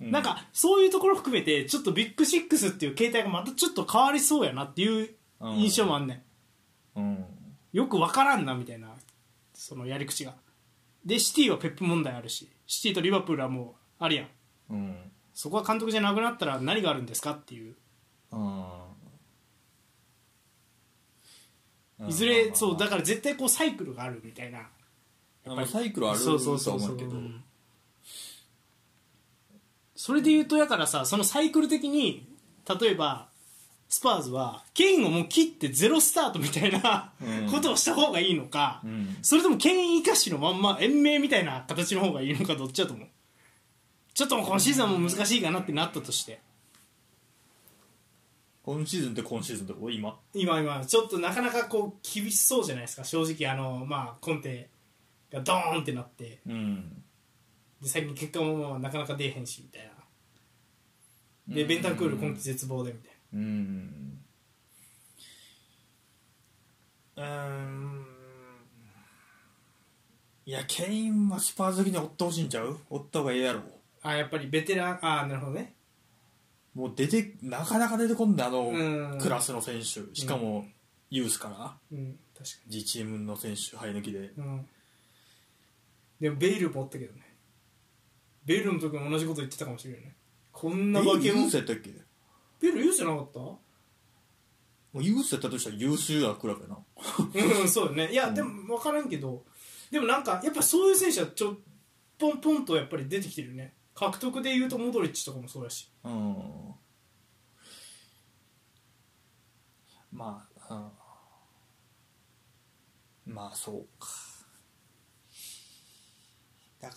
Speaker 1: ん
Speaker 2: うん
Speaker 1: なんかそういうところ含めてちょっとビッグシックスっていう形態がまたちょっと変わりそうやなっていう印象もあんねん
Speaker 2: うん
Speaker 1: よく分からんなみたいなそのやり口がでシティはペップ問題あるしシティとリバプールはもうあるやん
Speaker 2: うん
Speaker 1: そこは監督じゃなくなったら何があるんですかっていう
Speaker 2: うん
Speaker 1: いずれそうだから絶対こうサイクルがあるみたいな
Speaker 2: やっぱりサイクルあると
Speaker 1: そ
Speaker 2: は
Speaker 1: うそうそう
Speaker 2: 思
Speaker 1: そう
Speaker 2: うけど
Speaker 1: うんそれで言うとやからさそのサイクル的に例えばスパーズはケインをもう切ってゼロスタートみたいな
Speaker 2: うん
Speaker 1: ことをした方がいいのか、
Speaker 2: うん
Speaker 1: それともケイン生かしのまんま延命みたいな形の方がいいのかどっちだと思うちょっともう今シーズンはもう難しいかなってなったとして
Speaker 2: 今シーズンって今シーズンってこと今
Speaker 1: 今今ちょっとなかなかこう厳しそうじゃないですか正直あのまあコンテがドーンってなって
Speaker 2: うん
Speaker 1: で最近結果もまあなかなか出えへんしみたいなでベンタンクール今季絶望でみたいな
Speaker 2: うんうんいやケインはスパーズ的に追ってほしいんちゃう追った方がええやろ
Speaker 1: あやっぱりベテランあなるほどね
Speaker 2: もう出てなかなか出てこんであの
Speaker 1: うん
Speaker 2: クラスの選手しかもユースからな
Speaker 1: うん確か
Speaker 2: G チームの選手生え抜きで
Speaker 1: にうんでもベイルもおったけどねベイルの時も同じこと言ってたかもしれないねこんな化け
Speaker 2: ユ
Speaker 1: 物
Speaker 2: ースやったっけ
Speaker 1: ベイル言うじゃなかった
Speaker 2: もうユースやったとしたら優秀なクラブやな
Speaker 1: うん、そうよねいや、でも分からんけどでもなんかやっぱそういう選手はちょポンポンとやっぱり出てきてるよね獲得でいうとモドリッチとかもそうだし
Speaker 2: うんまあ、うん、まあそうかだか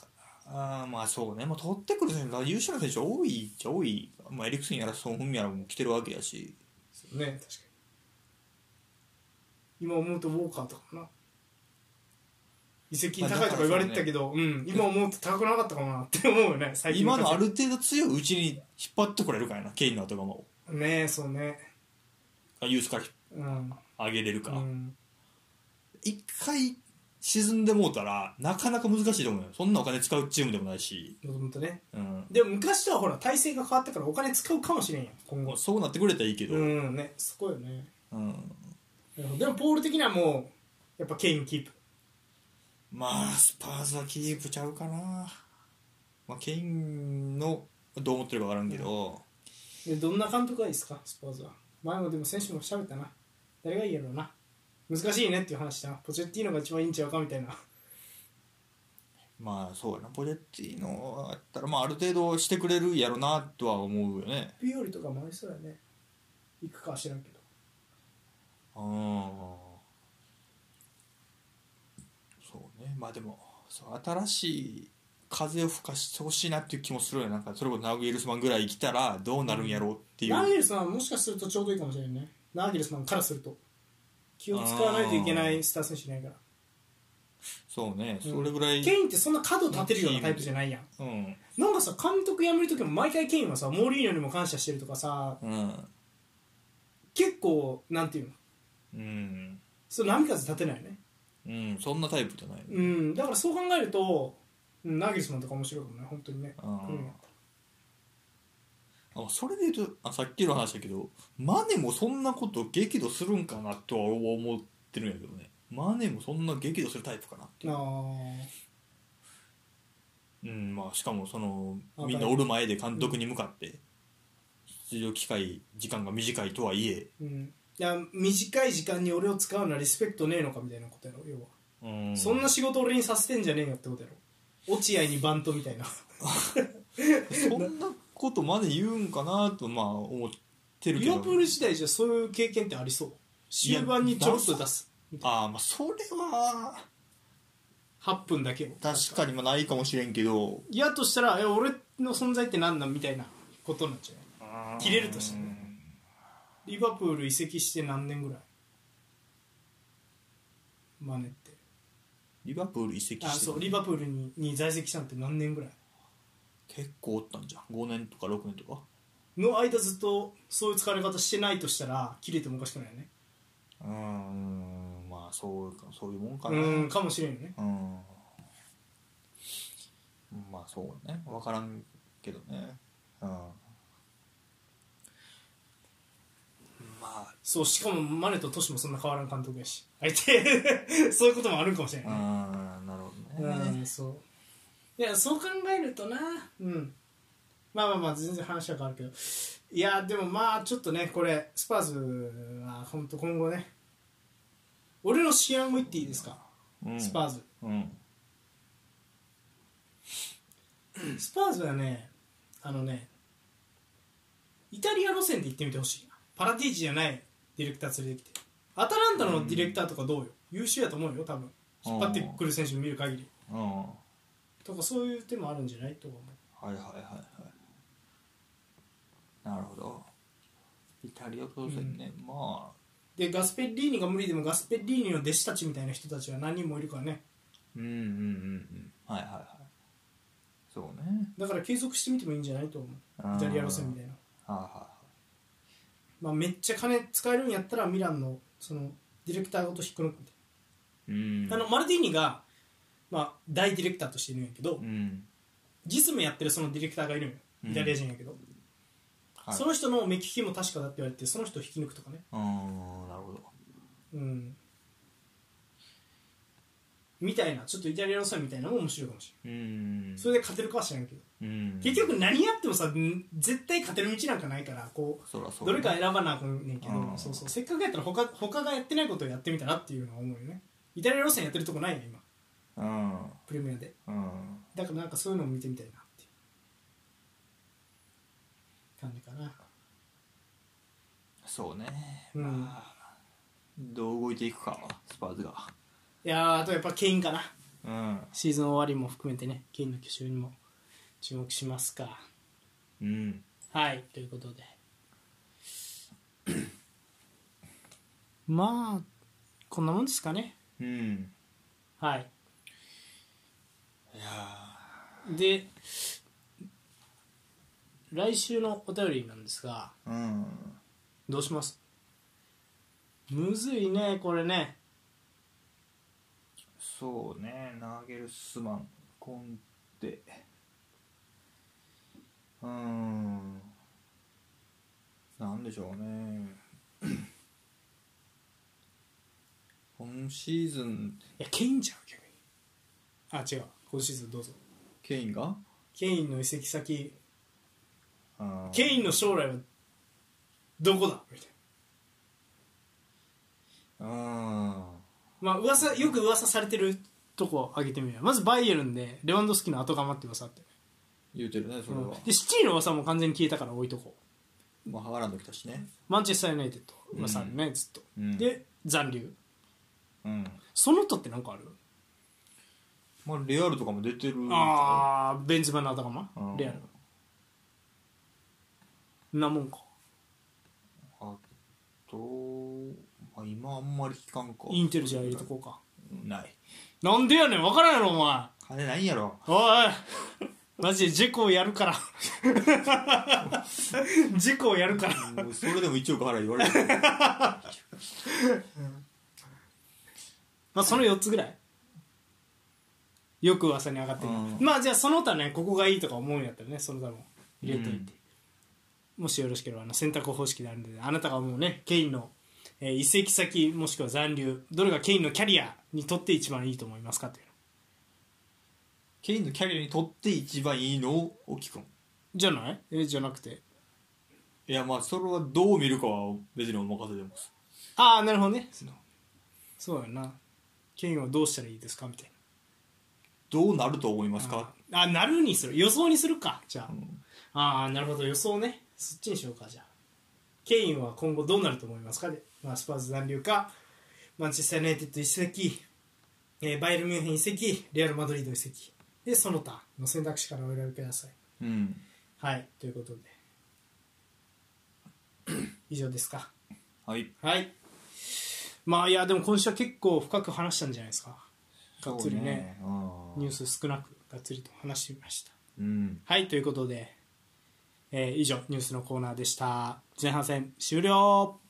Speaker 2: らあーまあそうねもう取ってくる選手が優秀な選手多いっちゃ多い、まあ、エリクセンやらソン・フンミやらも来てるわけやし
Speaker 1: そうね確かに今思うとウォーカーとかもな移籍高いとか言われてたけど、うん、今思うと高くなかったかもなって思うよね最近
Speaker 2: 今のあ
Speaker 1: 活
Speaker 2: る程度強いうちに引っ張ってこれるからなケインの後がも
Speaker 1: 躍ねそうね
Speaker 2: うユースから
Speaker 1: うん、
Speaker 2: 上げれるか、
Speaker 1: うん、
Speaker 2: 一回沈んでもうたらなかなか難しいと思うよそんなお金使うチームでもないし、
Speaker 1: もともとね
Speaker 2: うん、
Speaker 1: でも昔とはほら体制が変わったからお金使うかもしれんやん今
Speaker 2: もう
Speaker 1: 後
Speaker 2: そうなってくれたらいいけど、
Speaker 1: うんねそこよね
Speaker 2: うん
Speaker 1: なるほどでもポール的にはもうやっぱケインキープ
Speaker 2: まあスパーズはキープちゃうかな、まあ、ケインのどう思ってるか分からんけど、
Speaker 1: でどんな監督がいいですかスポーツは前もでも選手も喋ったな誰がいいやろうな難しいねっていう話だなポチェッティーノが一番いいんちゃうかみたいな
Speaker 2: まあそうやなポジェッティのやったらまあある程度してくれるやろなとは思うよね
Speaker 1: ピオリとかもありそうやね行くかは知らんけど
Speaker 2: うんそうねまあでもそう新しい風を吹かしてほしいなっていう気もするよなんかそれこそナウエルスマンぐらい来たらどうなるんやろうっていう、
Speaker 1: ナーゲルスマンはもしかするとちょうどいいかもしれないねナーゲルスマンからすると気を使わないといけないスター選手いないから
Speaker 2: そうね
Speaker 1: うん
Speaker 2: それぐらい
Speaker 1: ケインってそんな角立てるようなタイプじゃないやん
Speaker 2: うん
Speaker 1: なんかさ監督辞める時も毎回ケインはさモーリーニョにも感謝してるとかさ
Speaker 2: うん
Speaker 1: 結構なんていうの
Speaker 2: うん、
Speaker 1: そう波風立てないよね
Speaker 2: うん、そんなタイプじゃない、
Speaker 1: うんだからそう考えるとうんナーゲルスマンとか面白いかもね本当にね
Speaker 2: あー
Speaker 1: うん
Speaker 2: あそれで言うとあさっきの話だけどマネもそんなこと激怒するんかなとは思ってるんやけどねマネもそんな激怒するタイプかなっていう
Speaker 1: あー
Speaker 2: うんまあ、しかもその
Speaker 1: あ
Speaker 2: みんなおる前で監督に向かって出場機会時間が短いとはいえ
Speaker 1: うんいや短い時間に俺を使うのはリスペクトねえのかみたいなことやろ要は、
Speaker 2: うん
Speaker 1: そんな仕事俺にさせてんじゃねえよってことやろ落合にバントみたいな
Speaker 2: そんなことまで言うんかなとまあ思ってるけ
Speaker 1: リ
Speaker 2: ど
Speaker 1: オプール時代じゃそういう経験ってありそう終盤にちょろっと出す
Speaker 2: ああまあそれは
Speaker 1: 8分だけを
Speaker 2: 確かにまあないかもしれんけど
Speaker 1: いやとしたらえ俺の存在って何なんみたいなことになっちゃう切れるとしてねリバプール移籍して何年ぐらいマネって
Speaker 2: リバプール移籍
Speaker 1: あ
Speaker 2: して
Speaker 1: そうリバプールにに在籍したのって何年ぐらい
Speaker 2: 結構おったんじゃん5年とか6年とか
Speaker 1: の間ずっとそういう疲れ方してないとしたら切れてもおかしくないよね
Speaker 2: うーんまあそうかそういうもんかな
Speaker 1: うんかもしれんよね
Speaker 2: うんまあそうね分からんけどねうんまあ
Speaker 1: そうしかもマネとトシもそんな変わらん監督やし相手 そういうこともあるんかもしれ
Speaker 2: う
Speaker 1: ない、ね
Speaker 2: んなるほど
Speaker 1: う
Speaker 2: ね
Speaker 1: んそういやそう考えるとなうんまあまあまあ全然話は変わるけどいやでもまあちょっとねこれスパーズは本当今後ね俺の試案も言っていいですか、
Speaker 2: うん
Speaker 1: スパーズ
Speaker 2: うん
Speaker 1: スパーズはねあのねイタリア路線で行ってみてほしいなパラティーチじゃないディレクター連れてきてアタランタのディレクターとかどうよ、優秀やと思うよ多分引っ張ってくる選手見る限り
Speaker 2: うんは
Speaker 1: とかそういう手もあるんじゃないとは思う
Speaker 2: いはいはいはいなるほどイタリア当選ね、まあ
Speaker 1: でガスペッリーニが無理でもガスペッリーニの弟子たちみたいな人たちは何人もいるからね
Speaker 2: うんうんうんうんはいはいはいそうね
Speaker 1: だから継続してみてもいいんじゃないと思うイタリア路線みたいな
Speaker 2: はいはいはい
Speaker 1: まあ、めっちゃ金使えるんやったらミランのそのディレクターごと引っこ抜くみたい
Speaker 2: うん
Speaker 1: な、あのマルティーニが、まあ、大ディレクターとしているんやけど、
Speaker 2: うん
Speaker 1: 実務やってるそのディレクターがいるんよ
Speaker 2: うん
Speaker 1: イタリア人やけど、
Speaker 2: はい
Speaker 1: その人の目利きも確かだって言われてその人を引き抜くとかね
Speaker 2: うーんなるほど
Speaker 1: うんみたいなちょっとイタリアの線みたいなのも面白いかもしれ
Speaker 2: うーん
Speaker 1: ないそれで勝てるかは知らんけど
Speaker 2: うん
Speaker 1: 結局何やってもさん絶対勝てる道なんかないからこう
Speaker 2: そらそう
Speaker 1: どれか選ばなあかんねんけど
Speaker 2: うん
Speaker 1: そうそうせっかくやったら他他がやってないことをやってみたらっていうのは思うよねイタリア路線やってるとこないよ今
Speaker 2: うん
Speaker 1: プレミアで
Speaker 2: うん
Speaker 1: だからなんかそういうのも見てみたいなっていう感じかな
Speaker 2: そうね
Speaker 1: うん
Speaker 2: まあどう動いていくかスパーズが
Speaker 1: いやーあとやっぱケインかな
Speaker 2: うん
Speaker 1: シーズン終わりも含めてねケインの去就にも注目しますか
Speaker 2: うん
Speaker 1: はいということで まあこんなもんですかね
Speaker 2: うん
Speaker 1: はい
Speaker 2: いや
Speaker 1: で来週のお便りなんですが
Speaker 2: ーうん
Speaker 1: どうしますむずいねこれね
Speaker 2: そうねナーゲルスマンコンテうーんなんでしょうね今シーズン
Speaker 1: いやケインじゃん逆にあ違う今シーズンどうぞ
Speaker 2: ケインが
Speaker 1: ケインの移籍先
Speaker 2: あー
Speaker 1: ケインの将来はどこだみたいな
Speaker 2: うーん
Speaker 1: まあ噂よく噂されてるとこ挙げてみようまずバイエルンでレワンドフスキの後釜って噂あって、
Speaker 2: 言うてるねそれ
Speaker 1: う
Speaker 2: は、
Speaker 1: ん、でシティの噂も完全に消えたから置いとこう
Speaker 2: まあハーランド来たしね
Speaker 1: マンチェスター・ユナイテッド噂あるね、ずっと、
Speaker 2: うん
Speaker 1: で残留
Speaker 2: うん
Speaker 1: その他って何かある
Speaker 2: まあレアルとかも出てるあ
Speaker 1: ああベンズマの後釜
Speaker 2: うん
Speaker 1: レアルなもんか
Speaker 2: と、まあ、今あんまり聞かんか
Speaker 1: インテルじゃあ入れとこうか
Speaker 2: ない
Speaker 1: なんでやねん分からんやろお前
Speaker 2: 金ないんやろ
Speaker 1: おい マジで事故をやるから 事故をやるから
Speaker 2: もうそれでも1億払い言われて る
Speaker 1: まあその4つぐらいよく噂に上がってる、
Speaker 2: うん
Speaker 1: まあじゃあその他ねここがいいとか思うんやったらねその他も入れといて、もしよろしければあの選択方式であるのであなたがもうねケインの、えー移籍先もしくは残留どれがケインのキャリアにとって一番いいと思いますかというの
Speaker 2: ケインのキャリアにとって一番いいのを聞くん
Speaker 1: じゃないえーじゃなくて
Speaker 2: いやまあそれはどう見るかは別にお任せでます
Speaker 1: ああなるほどねそうやなケインはどうしたらいいですかみたいな
Speaker 2: どうなると思いますか
Speaker 1: あなるにする予想にするかじゃあ、
Speaker 2: ん
Speaker 1: ああなるほど予想ねそっちにしようかじゃあケインは今後どうなると思いますかで、まあ、スパーズ残留かマンチェスター・ユナイテッド移籍、えーバイエルン・ミュンヘン移籍レアル・マドリード移籍でその他の選択肢からお選びください
Speaker 2: うん
Speaker 1: はいということで 以上ですか
Speaker 2: はい
Speaker 1: はいまあいやでも今週は結構深く話したんじゃないですかがっつりね
Speaker 2: そう
Speaker 1: ニュー
Speaker 2: ス
Speaker 1: ス少なくがっつりと話してみました
Speaker 2: うん
Speaker 1: はい、ということで、えー以上、ニュースのコーナーでした。前半戦終了